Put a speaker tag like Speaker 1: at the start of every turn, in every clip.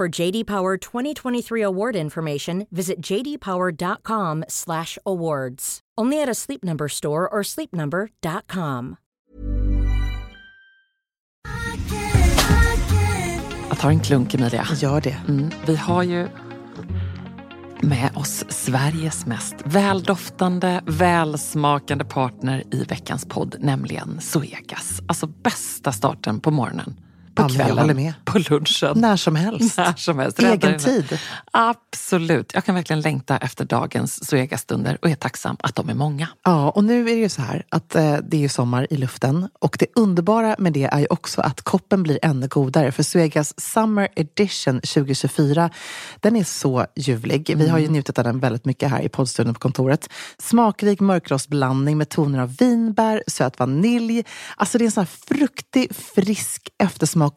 Speaker 1: For JD Power 2023 award information, visit jdpower.com/awards. Only at a Sleep Number store or sleepnumber.com.
Speaker 2: Jag tar en klunk Emilia.
Speaker 3: Gör det.
Speaker 2: Mm, vi har ju med oss Sveriges mest väldoftande, välsmakande partner i veckans podd, nämligen Zoegas. Alltså bästa starten på morgonen, på
Speaker 3: Ja, men jag håller
Speaker 2: kvällen,
Speaker 3: med.
Speaker 2: på lunchen.
Speaker 3: När som helst.
Speaker 2: När som helst.
Speaker 3: Egen
Speaker 2: Räddar mig.
Speaker 3: tid.
Speaker 2: Absolut. Jag kan verkligen längta efter dagens Zoegas-stunder och är tacksam att de är många.
Speaker 3: Ja, och nu är det ju så här att eh, det är ju sommar i luften och det underbara med det är ju också att koppen blir ännu godare för Suegas Summer Edition 2024, den är så ljuvlig. Vi
Speaker 2: Mm.
Speaker 3: har ju njutit av den väldigt mycket här i poddstudion på kontoret. Smakrik mörkrostblandning med toner av vinbär, söt vanilj. Alltså det är en sån här fruktig, frisk eftersmak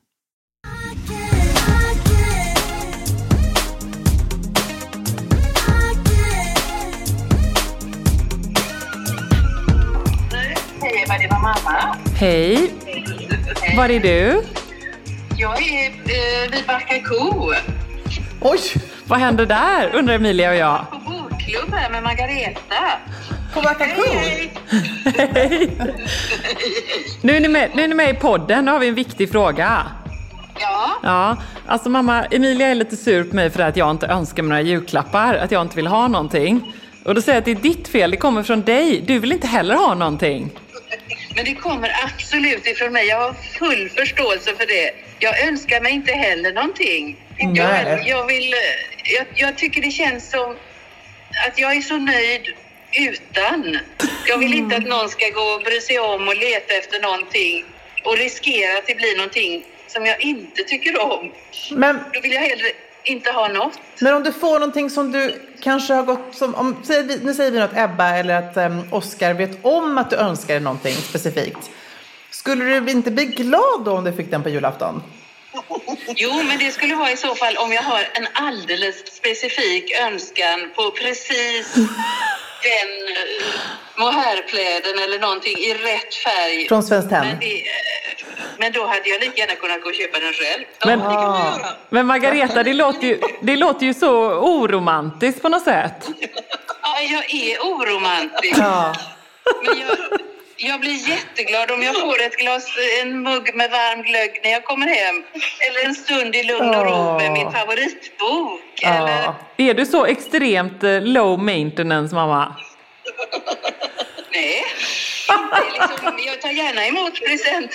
Speaker 4: Hej, vad det var mamma.
Speaker 2: Hej! Var är du?
Speaker 4: Jag är eh, vid Backa ko
Speaker 3: Oj!
Speaker 2: Vad händer där? undrar Emilia och jag.
Speaker 4: på bokklubb här med Margareta.
Speaker 3: På Backa
Speaker 4: Hej!
Speaker 2: Nu är, ni med, nu är ni med i podden, nu har vi en viktig fråga.
Speaker 4: Ja,
Speaker 2: Ja, alltså mamma, Emilia är lite sur på mig för att jag inte önskar mig några julklappar, att jag inte vill ha någonting. Och då säger jag att det är ditt fel, det kommer från dig. Du vill inte heller ha någonting.
Speaker 4: men det kommer absolut ifrån mig. Jag har full förståelse för det. Jag önskar mig inte heller någonting. Jag,
Speaker 2: Nej.
Speaker 4: jag, vill, eh, jag, jag tycker det känns som att jag är så nöjd utan. Jag vill inte att någon ska gå och bry sig om och leta efter någonting och riskera att det blir någonting som jag inte tycker om.
Speaker 5: Men,
Speaker 4: Då vill jag hellre inte ha något.
Speaker 5: men om du får någonting som du kanske har gått som, om, säger vi, nu säger vi att Ebba eller att um, Oskar vet om att du önskar dig någonting specifikt. Skulle du inte bli glad då om du fick den på julafton?
Speaker 4: Jo, men det skulle vara i så fall om jag har en alldeles specifik önskan på precis den eh, mohairpläden eller någonting i rätt färg.
Speaker 5: Från Svenskt
Speaker 4: Men,
Speaker 5: Tenn?
Speaker 4: det, eh, men då hade jag lika gärna kunnat gå och köpa den själv. Ja,
Speaker 2: Men-
Speaker 4: men, det kan man göra.
Speaker 2: Men Margareta, det låter ju, det låter ju så oromantiskt på något sätt.
Speaker 4: Ja, jag är oromantisk.
Speaker 5: Ja.
Speaker 4: Men jag, jag blir jätteglad om jag får ett glas, en mugg med varm glögg när jag kommer hem. Eller en stund i lugn och ro med min favoritbok. Eller,
Speaker 5: ja.
Speaker 2: Är du så extremt eh, low maintenance mamma?
Speaker 4: nej. Det är Liksom, jag tar gärna emot present.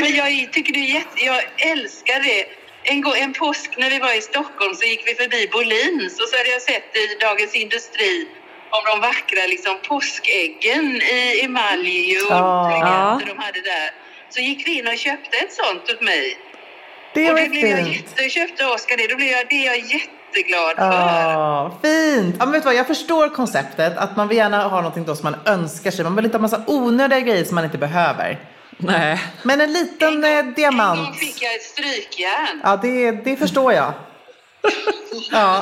Speaker 4: Men jag tycker det är jätte, jag älskar det. En, gång, en påsk när vi var i Stockholm så gick vi förbi Bolins och så hade jag sett i Dagens Industri om de vackra liksom, påskäggen i emalj och
Speaker 5: Ja.
Speaker 4: ja. de hade där. Så gick vi in och köpte ett sånt åt mig.
Speaker 5: Det
Speaker 4: och
Speaker 5: var
Speaker 4: det blev jag
Speaker 5: fint.
Speaker 4: jätte, köpte Oscar det, då blev jag, det är jag jätteglad för.
Speaker 5: Ja, fint! Ja, men vet du vad, jag förstår konceptet att man vill gärna ha någonting då som man önskar sig. Man vill inte ha massa onödiga grejer som man inte behöver.
Speaker 2: Nej.
Speaker 5: Men en liten eh,
Speaker 4: En
Speaker 5: diamant.
Speaker 4: gång fick jag ett strykjärn.
Speaker 5: Ja, det, det förstår jag. Ja.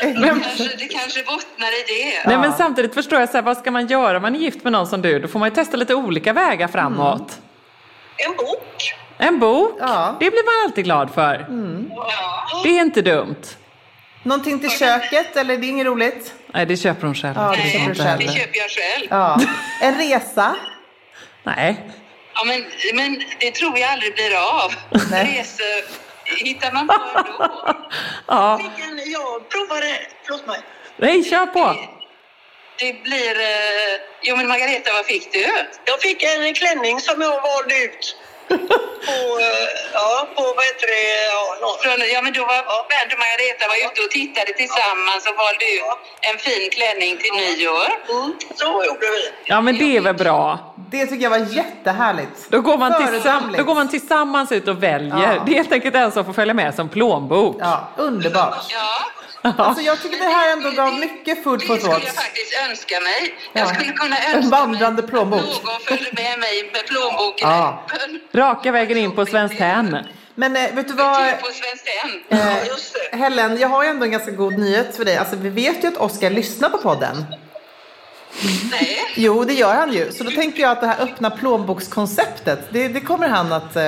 Speaker 5: Eh,
Speaker 2: Men-
Speaker 5: Men,
Speaker 4: Kanske, det kanske bottnar i det.
Speaker 2: Nej, men samtidigt förstår jag, så här, vad ska man göra om man är gift med någon som du? Då får man ju testa lite olika vägar framåt.
Speaker 4: En bok.
Speaker 2: En bok,
Speaker 5: Mm. Ja. Mm.
Speaker 2: det blir man alltid glad för.
Speaker 4: Ja.
Speaker 2: Det är inte dumt.
Speaker 5: någonting till köket eller det är inget roligt?
Speaker 2: Nej, det köper hon själv.
Speaker 5: Ja, det
Speaker 2: får
Speaker 5: köper
Speaker 2: man
Speaker 5: du
Speaker 2: inte
Speaker 5: själv.
Speaker 4: Eh, Det
Speaker 2: heller.
Speaker 4: köper jag själv.
Speaker 5: Ja. En resa?
Speaker 2: Nej.
Speaker 4: Ja, men, men det tror jag aldrig blir av.
Speaker 5: Nej.
Speaker 4: Resor hittar man på ändå.
Speaker 2: Ja.
Speaker 4: Vilken, jag provade, förlåt mig.
Speaker 2: Nej, kör på.
Speaker 4: Det blir... Eh, jo men Margareta, vad fick du?
Speaker 6: Jag fick en klänning som jag valde ut. på, eh, ja, på vad heter det, ja, nå-
Speaker 4: Från, ja men då var Bernt och Margareta var ute och tittade tillsammans och valde ut en fin klänning till nyår.
Speaker 6: så gjorde vi.
Speaker 2: Ja, men det är väl bra.
Speaker 5: Det tycker jag var jättehärligt.
Speaker 2: Då går man, tillsamm-
Speaker 5: Föredömligt.
Speaker 2: då går man tillsammans ut och väljer.
Speaker 5: Ja.
Speaker 2: Det är helt enkelt en som får följa med som plånbok.
Speaker 5: Ja, underbart.
Speaker 4: Ja,
Speaker 5: Alltså jag tycker det här ändå gav mycket food for
Speaker 4: det skulle jag
Speaker 5: thought.
Speaker 4: faktiskt önska mig. Jag
Speaker 5: Ja.
Speaker 4: skulle kunna
Speaker 5: En
Speaker 4: önska
Speaker 5: vandrande
Speaker 4: mig
Speaker 5: plånbok.
Speaker 4: att någon följde med mig med plånboken
Speaker 5: Ja.
Speaker 4: öppen.
Speaker 2: Raka vägen in på Svenskt Tenn.
Speaker 5: Men eh, vet du vad?
Speaker 4: Tur på Svenskt Tenn.
Speaker 5: Eh,
Speaker 6: Just det.
Speaker 5: Helen, jag har ju ändå en ganska god nyhet för dig. Alltså, vi vet ju att Oskar lyssnar på podden.
Speaker 4: Nej.
Speaker 5: Jo, det gör han ju. Så då tänker jag att det här öppna plånbokskonceptet, det, det kommer han att eh,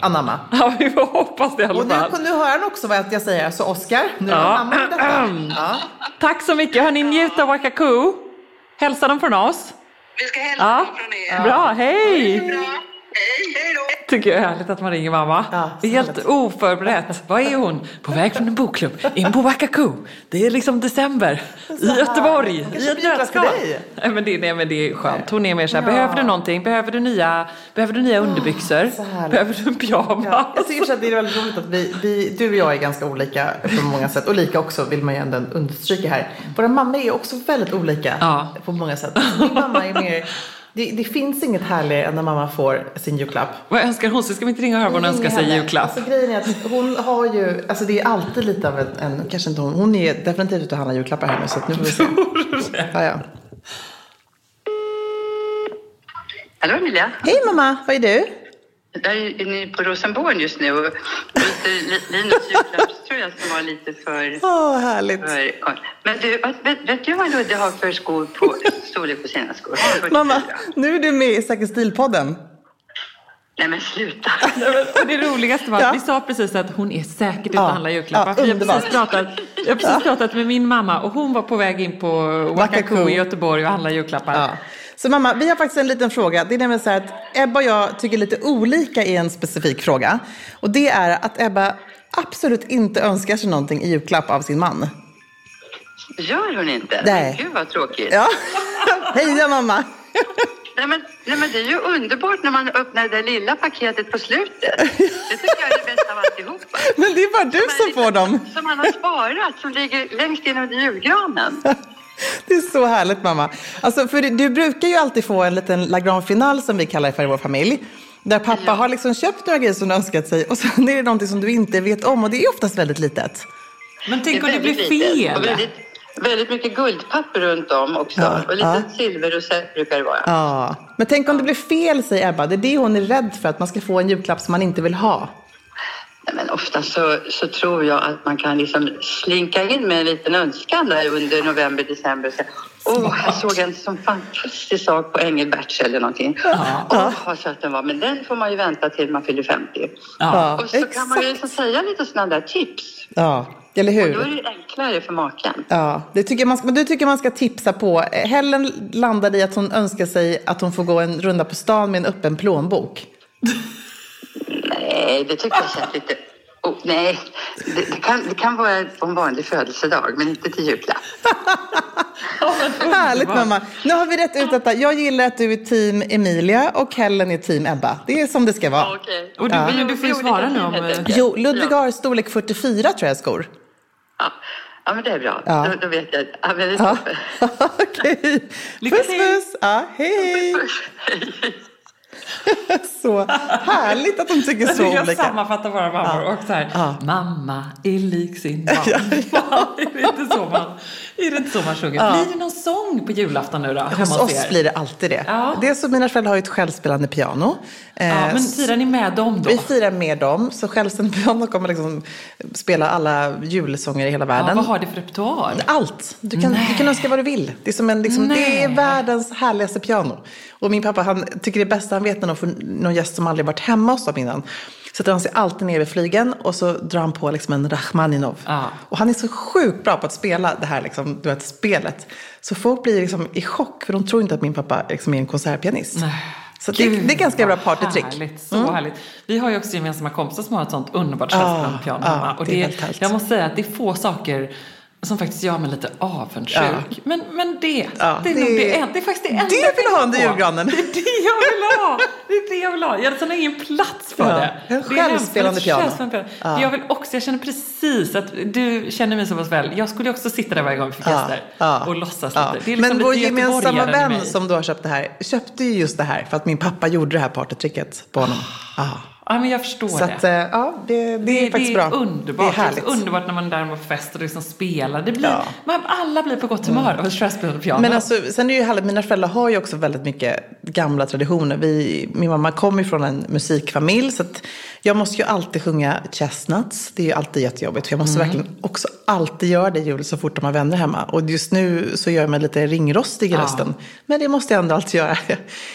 Speaker 5: anamma.
Speaker 2: Ja, vi får hoppas det i
Speaker 5: Och
Speaker 2: alla
Speaker 5: nu,
Speaker 2: fall.
Speaker 5: nu hör han också vad jag säger. Så Oskar, nu
Speaker 2: Ja.
Speaker 5: anammar du detta. Ja.
Speaker 2: Tack så mycket. Hörni, njut av Wakaku. Hälsa dem från oss.
Speaker 4: Vi ska hälsa
Speaker 2: Ja.
Speaker 4: dem från er.
Speaker 2: Bra, hej!
Speaker 4: Bra. Hej, hej då.
Speaker 2: Tycker jag är härligt att man ringer mamma.
Speaker 5: Ja,
Speaker 2: det är helt oförberett. Vad är hon? På väg från en bokklubb in på Wakaku. Det är liksom december i Göteborg, i
Speaker 5: kanske
Speaker 2: ett
Speaker 5: bjuda
Speaker 2: nötskal.
Speaker 5: till dig.
Speaker 2: Nej men, det- nej men det är skönt. Hon är mer så här, behöver du någonting? Behöver du nya, behöver du nya underbyxor?
Speaker 5: Ah, så härligt.
Speaker 2: Behöver du en pyjamas?
Speaker 5: Ja, jag tycker så att det är väldigt roligt att vi, vi, du och jag är ganska olika på många sätt. Och lika också vill man ju ändå understryka här. Våra mammor är också väldigt olika
Speaker 2: Ja.
Speaker 5: på många sätt. Alltså, Min mamma är mer, det, det finns inget härligare än när mamma får sin julklapp.
Speaker 2: Vad önskar hon sig? Ska vi inte ringa och höra vad hon önskar sig i
Speaker 5: Henne.
Speaker 2: julklapp?
Speaker 5: Alltså, grejen är att hon har ju, alltså det är alltid lite av en, en kanske inte hon, hon är definitivt ute och handlar julklappar här nu så att nu får vi se. Ja, ja.
Speaker 4: Hallå Emilia.
Speaker 5: Hej mamma, vad är du?
Speaker 4: Där är ni på Rosenborg just nu och byter Linus julklappströja som var lite för...
Speaker 5: Åh, härligt.
Speaker 4: för men du, vad- vet, vet du vad Ludde har för skor på, storlek på sina skor? Har du varit
Speaker 5: Mamma,
Speaker 4: fyra?
Speaker 5: nu är du med i Säker stil-podden.
Speaker 4: Nej men sluta.
Speaker 2: Nej, men- Och det roligaste var att
Speaker 5: Ja.
Speaker 2: vi sa precis att hon är säkert ute
Speaker 5: Ja,
Speaker 2: och handlar julklappar.
Speaker 5: ja,
Speaker 2: för jag, har precis
Speaker 5: underbart.
Speaker 2: pratat, jag har precis pratat med min mamma och hon var på väg in på Wakaku
Speaker 5: Wakaku.
Speaker 2: i Göteborg och handlade julklappar.
Speaker 5: Ja. Så mamma, vi har faktiskt en liten fråga. Det är nämligen så här att Ebba och jag tycker lite olika i en specifik fråga. Och det är att Ebba absolut inte önskar sig någonting i julklapp av sin man.
Speaker 4: Gör hon inte?
Speaker 5: Nej.
Speaker 4: Gud vad tråkigt.
Speaker 5: Ja, heja mamma!
Speaker 4: Nej, men, nej men det är ju underbart när man öppnar det lilla paketet på slutet. Det tycker jag är det bästa av alltihopa.
Speaker 5: Men det är bara du som får dem.
Speaker 4: Som han har sparat, som ligger längst in under julgranen.
Speaker 5: Det är så härligt mamma. Alltså, för du, du brukar ju alltid få en liten la grande final som vi kallar det för i vår familj. Där pappa har liksom köpt några grejer som du önskat sig och sen är det någonting som du inte vet om och det är oftast väldigt litet.
Speaker 2: Men tänk om det blir
Speaker 4: väldigt litet Och
Speaker 2: fel?
Speaker 4: väldigt, väldigt mycket guldpapper runt om också.
Speaker 5: Ja,
Speaker 4: och lite
Speaker 5: ja.
Speaker 4: silverrosett brukar det vara.
Speaker 5: Ja. Men tänk om det blir fel säger Ebba. Det är det hon är rädd för, att man ska få en julklapp som man inte vill ha.
Speaker 4: Nej, men ofta så, så tror jag att man kan liksom slinka in med en liten önskan där under november, december. och säga, Åh, här såg jag en sån fantastisk sak på Engelberts eller någonting. Åh, vad söt den var. Men den får man ju vänta till man fyller 50.
Speaker 5: Ja,
Speaker 4: och så kan man ju liksom säga lite sådana där tips.
Speaker 5: Ja, eller
Speaker 4: Då är
Speaker 5: hur?
Speaker 4: det enklare för maken.
Speaker 5: Ja, det tycker man ska, men du tycker man ska tipsa på. Eh, Helen landade i att hon önskar sig att hon får gå en runda på stan med en öppen plånbok.
Speaker 4: Nej, det tycker jag känns lite... Oh, nej, det, det, kan, det kan vara på en vanlig födelsedag, men inte till julklapp.
Speaker 5: Härligt mamma. Nu har vi rätt ut detta. Jag gillar att du är team Emilia och Helen är team Ebba. Det är som det ska vara.
Speaker 4: Okej.
Speaker 2: Och du,
Speaker 4: Ja.
Speaker 2: men du får ju svara nu om... eh,
Speaker 5: Jo, Ludvig har storlek 44 tror jag skor.
Speaker 4: Ja. ja, men det är bra.
Speaker 5: Ja.
Speaker 4: Då, då vet jag. Ja, men det är
Speaker 5: Ja.
Speaker 4: toppen.
Speaker 5: Okej.
Speaker 2: Lycka
Speaker 5: Puss
Speaker 2: till.
Speaker 5: puss. Ja, hej. hej. Så härligt att de tycker
Speaker 2: Alltså, Jag
Speaker 5: så
Speaker 2: tycker jag
Speaker 5: olika.
Speaker 2: sammanfattar våra mammor och så här,
Speaker 5: Ja.
Speaker 2: mamma är lik sin mamma. är, det inte så man, är det inte så man sjunger? Blir det någon sång på julafton nu då?
Speaker 5: Hos
Speaker 2: hemma
Speaker 5: oss
Speaker 2: er?
Speaker 5: blir det alltid det.
Speaker 2: Ja.
Speaker 5: Det är så mina föräldrar har ju ett självspelande piano.
Speaker 2: Ja,
Speaker 5: Eh,
Speaker 2: men firar ni med dem då?
Speaker 5: Vi firar med dem, så självständigt piano kommer liksom spela alla julsånger i hela
Speaker 2: Ja,
Speaker 5: världen.
Speaker 2: vad har det för repertoar?
Speaker 5: Allt! Du kan, du kan önska vad du vill. Det är, som en, liksom, det är
Speaker 2: Nej.
Speaker 5: världens härligaste piano. Och min pappa han tycker det bästa han vet när de får någon gäst som aldrig varit hemma hos dem innan. Sätter han sig alltid ner vid flygeln och så drar han på liksom en Rachmaninov.
Speaker 2: Ja.
Speaker 5: Och han är så sjukt bra på att spela det här liksom, du vet, spelet. Så folk blir liksom i chock för de tror inte att min pappa liksom är en konsertpianist. Så det,
Speaker 2: Gud,
Speaker 5: det är ganska bra
Speaker 2: vad
Speaker 5: partytrick. Mm.
Speaker 2: Härligt, så härligt. Vi har ju också gemensamma kompisar som har ett sånt underbart självständigt piano
Speaker 5: ja,
Speaker 2: hemma. Och
Speaker 5: Ah, det är
Speaker 2: det,
Speaker 5: helt härligt.
Speaker 2: jag måste säga att det är få saker som faktiskt gör mig lite avundsjuk.
Speaker 5: Ja.
Speaker 2: Men, men det,
Speaker 5: Ja,
Speaker 2: det, är nog
Speaker 5: det-
Speaker 2: det, en- det är faktiskt det enda
Speaker 5: det
Speaker 2: jag
Speaker 5: vill du ha under
Speaker 2: på.
Speaker 5: julgranen.
Speaker 2: Det är det jag vill ha! Det är det jag vill ha. Jag har liksom ingen plats för
Speaker 5: Ja,
Speaker 2: det.
Speaker 5: en
Speaker 2: Det är hemskt,
Speaker 5: självspelande
Speaker 2: men ett
Speaker 5: piano.
Speaker 2: självspelande piano.
Speaker 5: Ja.
Speaker 2: Jag vill också, jag känner precis att du känner mig så pass väl. Jag skulle ju också sitta där varje gång vi fick
Speaker 5: Ja,
Speaker 2: gäster
Speaker 5: ja.
Speaker 2: och låtsas
Speaker 5: Ja.
Speaker 2: lite. Det är liksom
Speaker 5: Men vår
Speaker 2: lite
Speaker 5: gemensamma
Speaker 2: göteborgaren i
Speaker 5: vän
Speaker 2: mig.
Speaker 5: som då har köpt det här köpte ju just det här för att min pappa gjorde det här partytricket på honom. Ja.
Speaker 2: Ja, men jag förstår
Speaker 5: Så
Speaker 2: Ah, det.
Speaker 5: att, eh, ja, det, det, är faktiskt bra.
Speaker 2: underbart.
Speaker 5: Det är härligt.
Speaker 2: underbart när man är där på fest och liksom spelar. Det blir,
Speaker 5: Ja.
Speaker 2: man, alla blir på gott humör av ett stressspelande piano.
Speaker 5: Men alltså, sen är det ju härligt, mina föräldrar har ju också väldigt mycket gamla traditioner. Vi, min mamma kom ju från en musikfamilj så att jag måste ju alltid sjunga Chestnuts. Det är ju alltid jättejobbigt för jag
Speaker 2: Mm.
Speaker 5: måste verkligen också alltid göra det i jul så fort de har vänner hemma. Och just nu så gör jag mig lite ringrostig i rösten. Men det måste jag ändå alltid göra.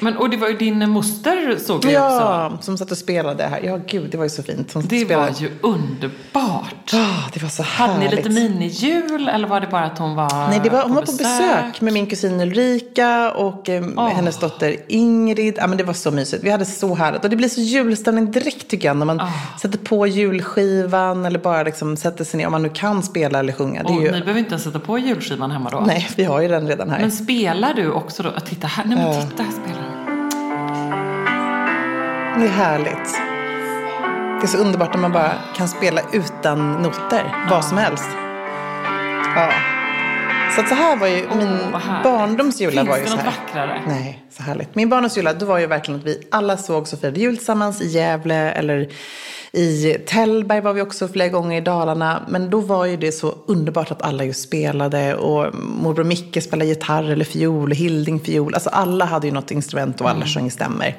Speaker 2: Men, och det var ju din moster såg jag också.
Speaker 5: Ja, som satt och spelade här. Ja, gud, det var ju så fint. Som
Speaker 2: Det
Speaker 5: spelade.
Speaker 2: var ju underbart.
Speaker 5: Ah, det var så
Speaker 2: Hade ni
Speaker 5: härligt.
Speaker 2: lite minijul eller var det bara att hon var
Speaker 5: Nej, det var, hon var på besök med min kusin Ulrika och eh,
Speaker 2: Ah.
Speaker 5: hennes dotter Ingrid. Ja, men det var så mysigt. Vi hade så härligt. Och det blir så julstämning direkt tycker jag när man
Speaker 2: Ah.
Speaker 5: sätter på julskivan eller bara liksom sätter sig ner om man nu kan spela eller sjunga. Det
Speaker 2: Och
Speaker 5: är
Speaker 2: ni
Speaker 5: ju,
Speaker 2: behöver inte ens sätta på julskivan hemma då?
Speaker 5: nej, vi har ju den redan här.
Speaker 2: Men spelar du också då? Ja, Titta här, nej men titta här spelar hon.
Speaker 5: Det är härligt. Det är så underbart när man bara kan spela utan noter, vad som helst. Ja. Så att så här var ju min
Speaker 2: vad härligt.
Speaker 5: barndoms jula.
Speaker 2: Finns
Speaker 5: var ju
Speaker 2: det
Speaker 5: så
Speaker 2: något
Speaker 5: här.
Speaker 2: vackrare?
Speaker 5: Nej, så härligt. Min barndoms jula, då var ju verkligen att vi alla sågs och firade jul tillsammans i Gävle eller i Tällberg var vi också flera gånger i Dalarna. Men då var ju det så underbart att alla ju spelade och morbror Micke spelade gitarr eller fiol och Hilding fiol. Alltså alla hade ju något instrument och alla sjöng stämmer.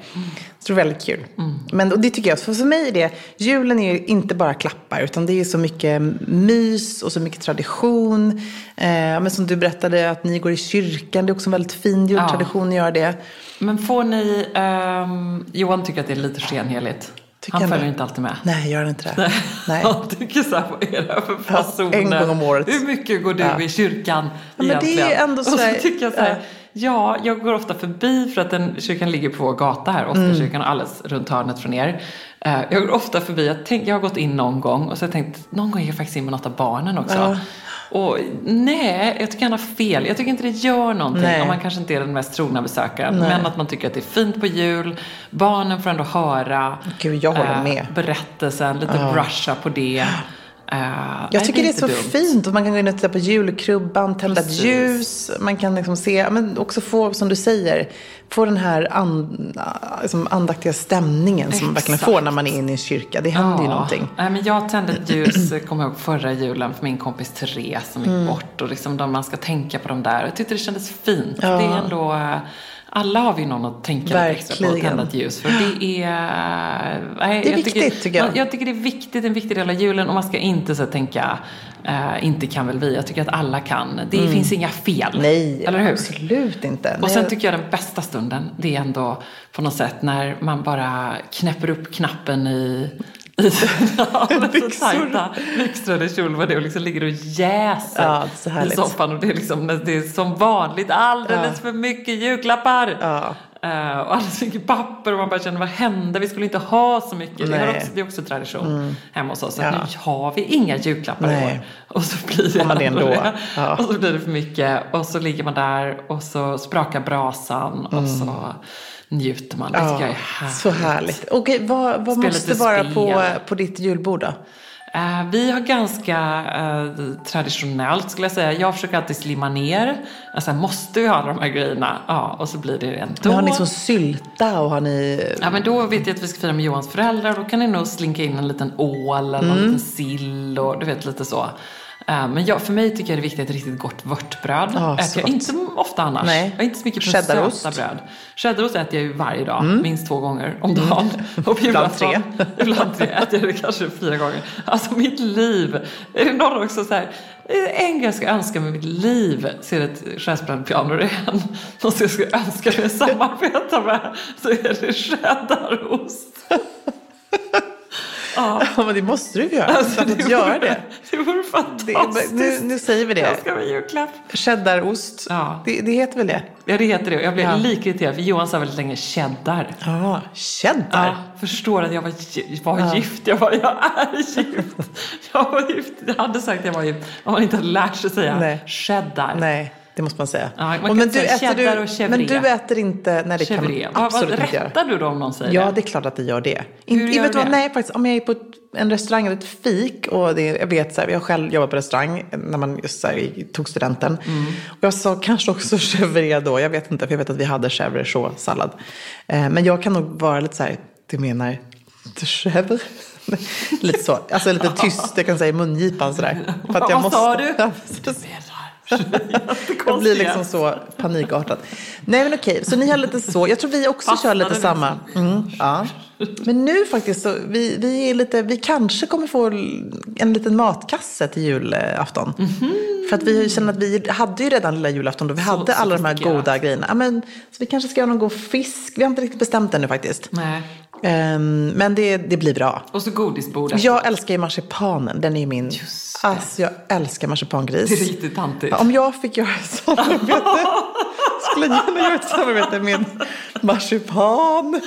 Speaker 5: Så det var väldigt kul. Men och det tycker jag, för, för mig är det, julen är ju inte bara klappar utan det är ju så mycket mys och så mycket tradition. Eh, men som du berättade att ni går i kyrkan, det är också en väldigt fin jultradition att göra det.
Speaker 2: Men får ni, ehm, Johan tycker att det är lite skenheligt.
Speaker 5: Tycker
Speaker 2: Han
Speaker 5: han
Speaker 2: följer
Speaker 5: det?
Speaker 2: inte alltid med.
Speaker 5: Nej, gör inte det. Nej.
Speaker 2: Han tycker så här, vad är det här för
Speaker 5: Ja,
Speaker 2: fasoner?
Speaker 5: en gång om året.
Speaker 2: Hur mycket går du
Speaker 5: Ja.
Speaker 2: i kyrkan
Speaker 5: men det är
Speaker 2: egentligen?
Speaker 5: ju ändå
Speaker 2: Och
Speaker 5: sådär-
Speaker 2: så tycker jag så
Speaker 5: ja.
Speaker 2: här, ja, jag går ofta förbi för att den kyrkan ligger på vår gata här,
Speaker 5: Mm.
Speaker 2: Oskarkyrkan, alldeles runt hörnet från er. Eh, Jag går ofta förbi, jag, tänk, jag har gått in någon gång och så har jag tänkt, någon gång gick jag faktiskt in med något av barnen också. Och nej, jag tycker han har fel. Jag tycker inte det gör någonting
Speaker 5: Nej.
Speaker 2: om man kanske inte är den mest trogna besökaren. Men att man tycker att det är fint på jul, barnen får ändå höra
Speaker 5: Gud, jag håller
Speaker 2: eh,
Speaker 5: med.
Speaker 2: berättelsen, lite rusha på det. Eh,
Speaker 5: Jag
Speaker 2: nej,
Speaker 5: tycker det är,
Speaker 2: inte
Speaker 5: så
Speaker 2: dumt.
Speaker 5: fint att man kan gå in och titta på julkrubban, tända ett
Speaker 2: Precis.
Speaker 5: ljus. Man kan liksom se, men också få, som du säger, få den här an, liksom andaktiga stämningen som man verkligen får när man är inne i en kyrka. Det händer ju någonting.
Speaker 2: Nej, men jag tände ett ljus, eh, kommer jag ihåg, förra julen för min kompis Therese som gick
Speaker 5: Mm.
Speaker 2: bort. Och liksom, de, man ska tänka på de där. Jag tyckte det kändes fint. Det är ändå, eh, alla har vi någon att tänka lite extra på och
Speaker 5: Verkligen.
Speaker 2: tända ett ljus. För det är... eh, Nej,
Speaker 5: Det är viktigt, tycker jag.
Speaker 2: Man, jag tycker det är viktigt, en viktig del av julen. Och man ska inte så här tänka, eh, inte kan väl vi. Jag tycker att alla kan. Det finns inga fel.
Speaker 5: Mm. Nej,
Speaker 2: eller hur?
Speaker 5: absolut inte.
Speaker 2: Och
Speaker 5: Nej,
Speaker 2: sen
Speaker 5: jag-
Speaker 2: tycker jag den bästa stunden, det är ändå på något sätt när man bara knäpper upp knappen i, i ja, men så tajta byxor eller kjol vad det är och liksom ligger och jäser
Speaker 5: Ja, det är så
Speaker 2: i
Speaker 5: härligt.
Speaker 2: soffan. Och det är, liksom, det är som vanligt alldeles för mycket julklappar.
Speaker 5: Ja.
Speaker 2: Eh, och alldeles för mycket papper och man bara känner vad hände? Vi skulle inte ha så mycket. Det, har
Speaker 5: Nej. Mm.
Speaker 2: också, det är också tradition hemma hos oss. Att Nu har vi inga julklappar i
Speaker 5: Nej.
Speaker 2: år. Och så blir det
Speaker 5: man det ändå.
Speaker 2: det.
Speaker 5: Ja.
Speaker 2: Och så blir det för mycket och så ligger man där och så sprakar brasan och så njuter man. Det tycker jag är
Speaker 5: Mm. Ja,
Speaker 2: härligt.
Speaker 5: så härligt. Okej, eh, vad, vad
Speaker 2: Spela
Speaker 5: måste
Speaker 2: lite
Speaker 5: vara
Speaker 2: spel.
Speaker 5: på, på ditt julbord då?
Speaker 2: Eh, Vi har ganska eh, traditionellt skulle jag säga. Jag försöker alltid slimma ner. Men sen måste vi ha alla de här grejerna. Ja, och så blir det rent
Speaker 5: Men
Speaker 2: då.
Speaker 5: har ni som sylta och har ni...
Speaker 2: Ja men då vet jag att vi ska fira med Johans föräldrar. Då kan ni nog slinka in en liten ål
Speaker 5: Mm.
Speaker 2: eller en liten sill och du vet lite så. Eh, Men jag, för mig tycker jag det är viktigt ett riktigt gott vörtbröd.
Speaker 5: Ja, så
Speaker 2: äter jag
Speaker 5: gott.
Speaker 2: inte ofta annars.
Speaker 5: Nej.
Speaker 2: Jag är inte så mycket på
Speaker 5: Cheddarost.
Speaker 2: söta bröd. Cheddarost äter jag ju varje dag, minst två gånger om dagen. Och på
Speaker 5: Ibland
Speaker 2: julafton-
Speaker 5: tre.
Speaker 2: Ibland Mm. tre äter jag det kanske fyra gånger. Alltså mitt liv. Är det någon också så här, eh, en grej jag ska önska med mitt liv så är det ett cheddarbröd piano det är en. Någon som jag skulle önska mig att samarbeta med så är det cheddarost. Ja,
Speaker 5: Ja, men det måste du ju göra. Alltså, att göra det.
Speaker 2: Det vore
Speaker 5: det är-
Speaker 2: fantastiskt.
Speaker 5: nu, nu säger vi
Speaker 2: Jag
Speaker 5: det.
Speaker 2: ska vara julklapp.
Speaker 5: Cheddarost.
Speaker 2: Ja.
Speaker 5: Det, det heter väl det?
Speaker 2: Ja, det heter det. Och Jag blev
Speaker 5: Ja.
Speaker 2: lika irriterad för Johan sa väldigt länge cheddar.
Speaker 5: Ja, cheddar.
Speaker 2: Ja, förstår att jag var, gi- var gift. Jag bara, jag är gift. Jag var gift. Jag hade sagt att jag var gift om man inte hade lärt sig säga
Speaker 5: Nej.
Speaker 2: cheddar.
Speaker 5: Nej, det måste man säga.
Speaker 2: Ja, man
Speaker 5: Och
Speaker 2: kan
Speaker 5: men,
Speaker 2: säga
Speaker 5: äter
Speaker 2: cheddar och
Speaker 5: du,
Speaker 2: chèvre.
Speaker 5: men du äter inte... Nej, det kan man
Speaker 2: Chevre. Vad, vad
Speaker 5: absolut inte göra.
Speaker 2: rättar du då om någon säger
Speaker 5: Ja,
Speaker 2: det?
Speaker 5: det är klart att det gör det. In,
Speaker 2: Hur gör
Speaker 5: vet du vad,
Speaker 2: det?
Speaker 5: Nej, faktiskt, om jag är på ett, en restaurang eller ett fik och det, jag vet så här, jag själv jobbade på restaurang när man just så här, tog studenten.
Speaker 2: Mm.
Speaker 5: Och jag sa kanske också chèvre då, jag vet inte, för jag vet att vi hade chèvre så sallad. Eh, men jag kan nog vara lite så här, du menar chèvre? lite så, alltså lite tyst, jag kan säga i mungipan sådär. För jag
Speaker 2: Vad sa du?
Speaker 5: Ja, precis.
Speaker 2: Jättekonstiga.
Speaker 5: Jag blir liksom så panikartad. Nej men okej, så ni har lite så. Jag tror vi också kör lite
Speaker 2: Fastnade liksom?
Speaker 5: samma. Mm, ja. Men nu faktiskt så, vi, vi är lite, vi kanske kommer få en liten matkasse till julafton.
Speaker 2: Mhm.
Speaker 5: För att vi känner att vi hade ju redan lilla julafton då vi hade alla de här
Speaker 2: sofistikerat.
Speaker 5: goda grejerna. Ja, men, så vi kanske ska göra någon god fisk. Vi har inte riktigt bestämt ännu faktiskt.
Speaker 2: Nej.
Speaker 5: Ehm, men det, det blir bra.
Speaker 2: Och så godisbordet.
Speaker 5: Jag älskar ju marsipanen, den är ju min. Alltså jag älskar marsipangris.
Speaker 2: Det är riktigt tantigt.
Speaker 5: Ja, Om jag fick göra ett samarbete skulle jag gärna göra ett samarbete med marsipan.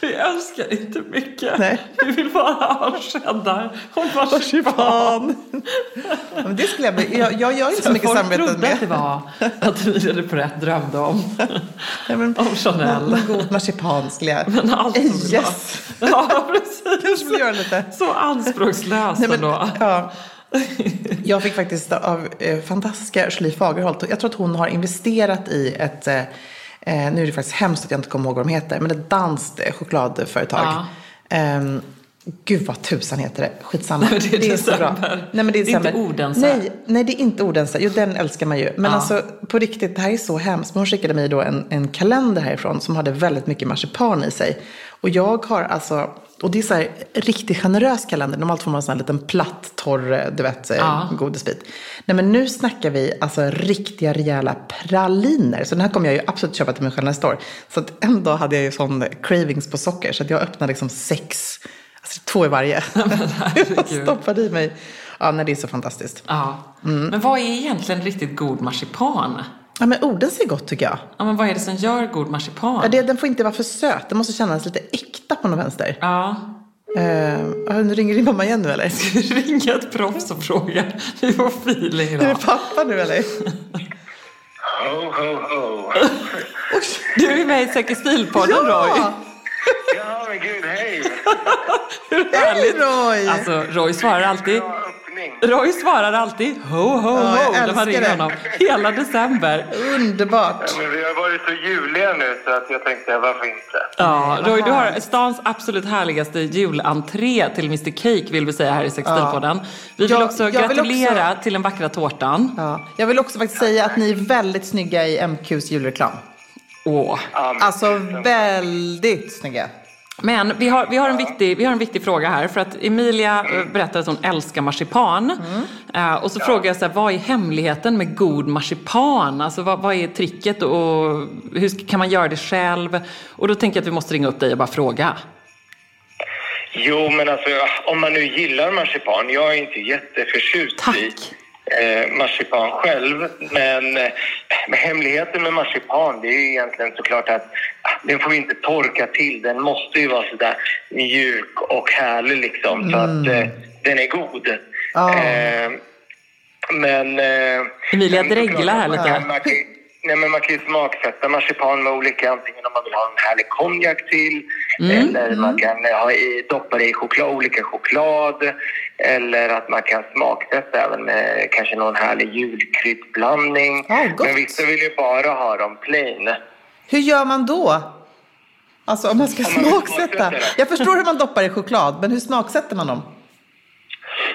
Speaker 2: Vi älskar inte mycket.
Speaker 5: Nej.
Speaker 2: Vi vill bara ha cheddar och marsipan.
Speaker 5: Marsipan. Ja, Men det skulle jag, bli- jag, jag gör inte så mycket
Speaker 2: Folk
Speaker 5: samarbete
Speaker 2: trodde att det
Speaker 5: med.
Speaker 2: var att vi hade på rätt drömde om,
Speaker 5: Nej, men-
Speaker 2: om Chanel.
Speaker 5: Någon god marsipan skulle jag.
Speaker 2: Men allt som vi
Speaker 5: yes.
Speaker 2: var- Ja, precis.
Speaker 5: Kanske vill göra lite.
Speaker 2: Så anspråkslös
Speaker 5: Nej, men,
Speaker 2: ändå.
Speaker 5: ja. Jag fick faktiskt av eh, fantastiska Julie Fagerholt, jag tror att hon har investerat i ett, eh, eh, nu är det faktiskt hemskt att jag inte kommer ihåg vad de heter, men ett danskt eh, chokladföretag.
Speaker 2: Ja.
Speaker 5: Ehm, gud vad tusan heter det, skitsamma.
Speaker 2: Nej, men det är december.
Speaker 5: Nej, men det är,
Speaker 2: Det är inte
Speaker 5: december.
Speaker 2: Odense.
Speaker 5: Nej, nej, det är inte Odense. Jo, den älskar man ju. Men
Speaker 2: Ja.
Speaker 5: alltså på riktigt, det här är så hemskt. Men hon skickade mig då en, en kalender härifrån som hade väldigt mycket marsipan i sig. Och jag har alltså, och det är så här riktigt generös kalender. Normalt får man en sån här liten platt, torr, eh, du vet,
Speaker 2: Ja.
Speaker 5: ja. godisbit. Nej men nu snackar vi alltså riktiga rejäla praliner. Så den här kommer jag ju absolut köpa till mig själv nästa år. Så att en dag hade jag ju sån cravings på socker. Så att jag öppnade liksom sex, alltså två i varje. jag
Speaker 2: herregud.
Speaker 5: stoppade i mig. Ja, nej det är så fantastiskt.
Speaker 2: Ja.
Speaker 5: Mm.
Speaker 2: Men vad är egentligen riktigt god marsipan?
Speaker 5: Ja, men orden ser gott tycker jag.
Speaker 2: Ja, men vad är det som gör god marsipan?
Speaker 5: Ja, det, den får inte vara för söt. Den måste kännas lite äkta på något vänster.
Speaker 2: Ja.
Speaker 5: Mm. nu ringer din mamma igen nu eller?
Speaker 2: Ring ett proffs och fråga. Vi får feeling
Speaker 5: Är det
Speaker 2: idag.
Speaker 5: pappa nu eller?
Speaker 7: Ho, ho, ho.
Speaker 2: Du är med i Säker stil-podden Roy.
Speaker 7: Ja, men gud, hej!
Speaker 2: Hur
Speaker 5: Hej
Speaker 2: härligt?
Speaker 5: Roy!
Speaker 2: Alltså Roy svarar alltid.
Speaker 7: Bra öppning.
Speaker 2: Roy svarar alltid ho, ho, ho.
Speaker 5: Ja, jag
Speaker 2: när man
Speaker 5: älskar
Speaker 2: ringer
Speaker 5: det.
Speaker 2: honom. Hela december.
Speaker 5: Underbart!
Speaker 7: Ja, men vi har varit så juliga nu så att jag tänkte, varför inte?
Speaker 2: Ja, Roy, du har stans absolut härligaste julentré till Mr Cake vill vi säga här i Sextilpodden. Vi vill
Speaker 5: Jag-
Speaker 2: också
Speaker 5: jag vill också-
Speaker 2: gratulera till den vackra tårtan.
Speaker 5: Ja. Jag vill också faktiskt säga att ni är väldigt snygga i MQs julreklam.
Speaker 2: Åh.
Speaker 7: Ja, men-
Speaker 5: Alltså väldigt snygga.
Speaker 2: Men vi har, vi, har en viktig, vi har en viktig fråga här för att Emilia eh, berättar att hon älskar marsipan.
Speaker 5: Mm.
Speaker 2: Eh, och så frågar jag så här, vad är hemligheten med god marsipan? Alltså vad, vad är tricket och hur ska- kan man göra det själv? Och då tänker jag att vi måste ringa upp dig och bara fråga.
Speaker 7: Jo, men alltså om man nu gillar marsipan. Jag är inte jätteförtjust i
Speaker 2: Tack.
Speaker 7: eh, marsipan själv. Men eh, men hemligheten med marsipan det är ju egentligen såklart att ah, den får vi inte torka till. Den måste ju vara sådär mjuk och härlig liksom. Så att eh, den är god.
Speaker 5: Ja.
Speaker 7: Eh, men... Eh,
Speaker 2: Emilia
Speaker 7: men såklart
Speaker 2: dreglar här
Speaker 7: att man
Speaker 2: lite.
Speaker 7: kan- man kan ju- Nej, men man kan ju smaksätta marsipan med olika, antingen om man vill ha en härlig konjak till
Speaker 5: Mm,
Speaker 7: Eller man kan eh, ha i, doppa det i choklad, olika choklad. Eller att man kan smaktesta även med kanske någon härlig julkryddblandning.
Speaker 5: Ja, gott.
Speaker 7: Men vissa vill ju bara ha dem plain.
Speaker 5: Hur gör man då? Alltså om man ska
Speaker 7: Om man vill
Speaker 5: smaksätta.
Speaker 7: smaksätta det.
Speaker 5: Jag förstår hur man doppar i choklad, men hur smaksätter man dem?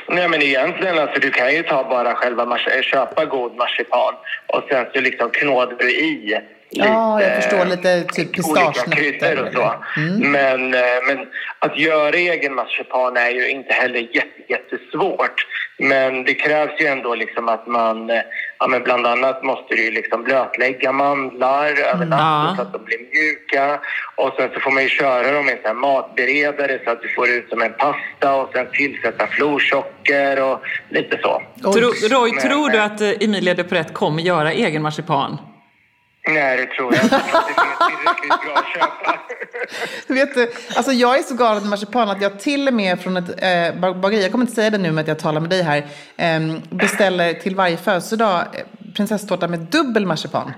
Speaker 7: Nej men egentligen alltså du kan ju ta bara själva mars- eh, köpa god marsipan och sen så liksom knådar du i
Speaker 5: Ja, jag förstår. Lite typ
Speaker 7: olika
Speaker 5: pistagenötter
Speaker 7: kryddor och så. Men, eh, men att göra egen marsipan är ju inte heller jätte, jättesvårt. Men det krävs ju ändå liksom att man, eh, ja men bland annat måste du ju liksom blötlägga mandlar över natten
Speaker 2: Ja.
Speaker 7: så att de blir mjuka. Och sen så får man ju köra dem i en sån här matberedare så att du får ut som en pasta och sen tillsätta florsocker och lite så.
Speaker 2: Tro, Roy,
Speaker 7: Nej,
Speaker 2: tror du
Speaker 7: nej.
Speaker 2: att eh, Emilia Deprett kommer göra egen marsipan?
Speaker 7: Nej, det tror jag inte. Jag tror att Det finns tillräckligt bra att köpa.
Speaker 5: Du vet, du, alltså jag är så galen i marsipan att jag till och med från ett eh, bag- bageri, jag kommer inte säga det nu med att jag talar med dig här, ehm, beställer till varje födelsedag eh, prinsesstårta med dubbel marsipan.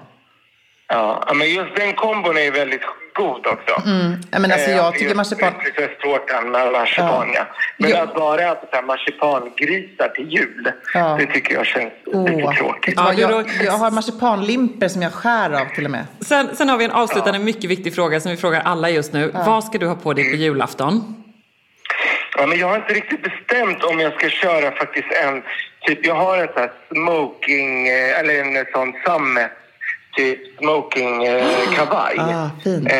Speaker 7: Ja, ja, men just den kombon är ju väldigt god också.
Speaker 5: Nej, Men alltså
Speaker 7: Eh,
Speaker 5: jag tycker
Speaker 7: just
Speaker 5: marsipan...
Speaker 7: Prinsesstårtan med marsipan,
Speaker 5: Ja.
Speaker 7: ja. Men
Speaker 5: Jo.
Speaker 7: att bara äta så här marsipangrisar till jul,
Speaker 5: Ja.
Speaker 7: det tycker jag känns
Speaker 5: Åh,
Speaker 7: lite tråkigt.
Speaker 5: ja,
Speaker 2: Ja, du
Speaker 5: jag,
Speaker 2: råkar-
Speaker 5: jag har marsipanlimper som jag skär av till och med.
Speaker 2: Sen, sen har vi en avslutande mycket viktig fråga som vi frågar alla just nu. Vad ska du ha på dig på julafton?
Speaker 7: Ja, men jag har inte riktigt bestämt om jag ska köra faktiskt en, typ jag har en sån här smoking, eh, eller en sån sammet, typ smoking eh, kavaj.
Speaker 5: Ah, fint.
Speaker 7: Eh,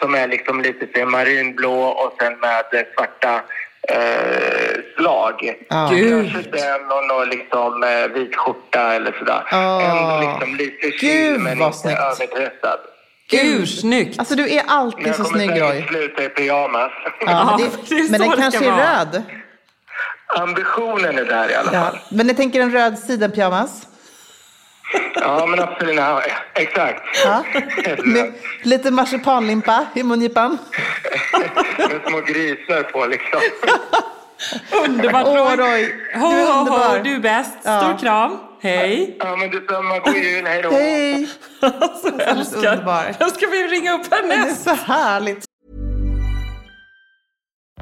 Speaker 7: som är liksom lite så här marinblå och sen med eh, svarta eh, slag.
Speaker 5: Ja.
Speaker 2: Gud.
Speaker 7: Kanske den och någon liksom eh, vit skjorta eller sådär.
Speaker 5: Ah.
Speaker 7: Ändå liksom lite
Speaker 5: Gud,
Speaker 7: chill men
Speaker 5: vad
Speaker 7: inte
Speaker 5: snyggt.
Speaker 7: överdressad.
Speaker 2: Gud, snyggt!
Speaker 5: Alltså du är
Speaker 7: Men
Speaker 5: alltid
Speaker 7: jag
Speaker 5: så
Speaker 7: kommer
Speaker 5: snygg Roy.
Speaker 7: säkert sluta i pyjamas.
Speaker 5: Ja,
Speaker 2: Ja,
Speaker 5: men
Speaker 2: det är
Speaker 5: det, men
Speaker 2: så
Speaker 5: den
Speaker 2: det
Speaker 5: kanske
Speaker 2: ska
Speaker 5: är
Speaker 2: vara.
Speaker 5: röd.
Speaker 7: Ambitionen är där i alla fall.
Speaker 5: Ja. Men jag tänker en röd sidenpyjamas.
Speaker 7: Ja, men absolut. Ja, exakt.
Speaker 5: Ja. Med lite marsipanlimpa i mungipan.
Speaker 7: Med små grisar på liksom.
Speaker 2: Underbart
Speaker 5: Åh
Speaker 2: Roy!
Speaker 5: Roy, du
Speaker 2: Ho,
Speaker 5: är
Speaker 2: ho, ho, du
Speaker 5: underbar.
Speaker 2: är bäst! Stor
Speaker 5: Ja.
Speaker 2: kram! Hej!
Speaker 7: Ja, men detsamma. God jul. Hej då.
Speaker 5: Hej,
Speaker 2: Alltså, jag
Speaker 5: alldeles underbar.
Speaker 2: älskar. Jag ska vi ringa upp
Speaker 5: det
Speaker 2: henne!
Speaker 5: är så härligt.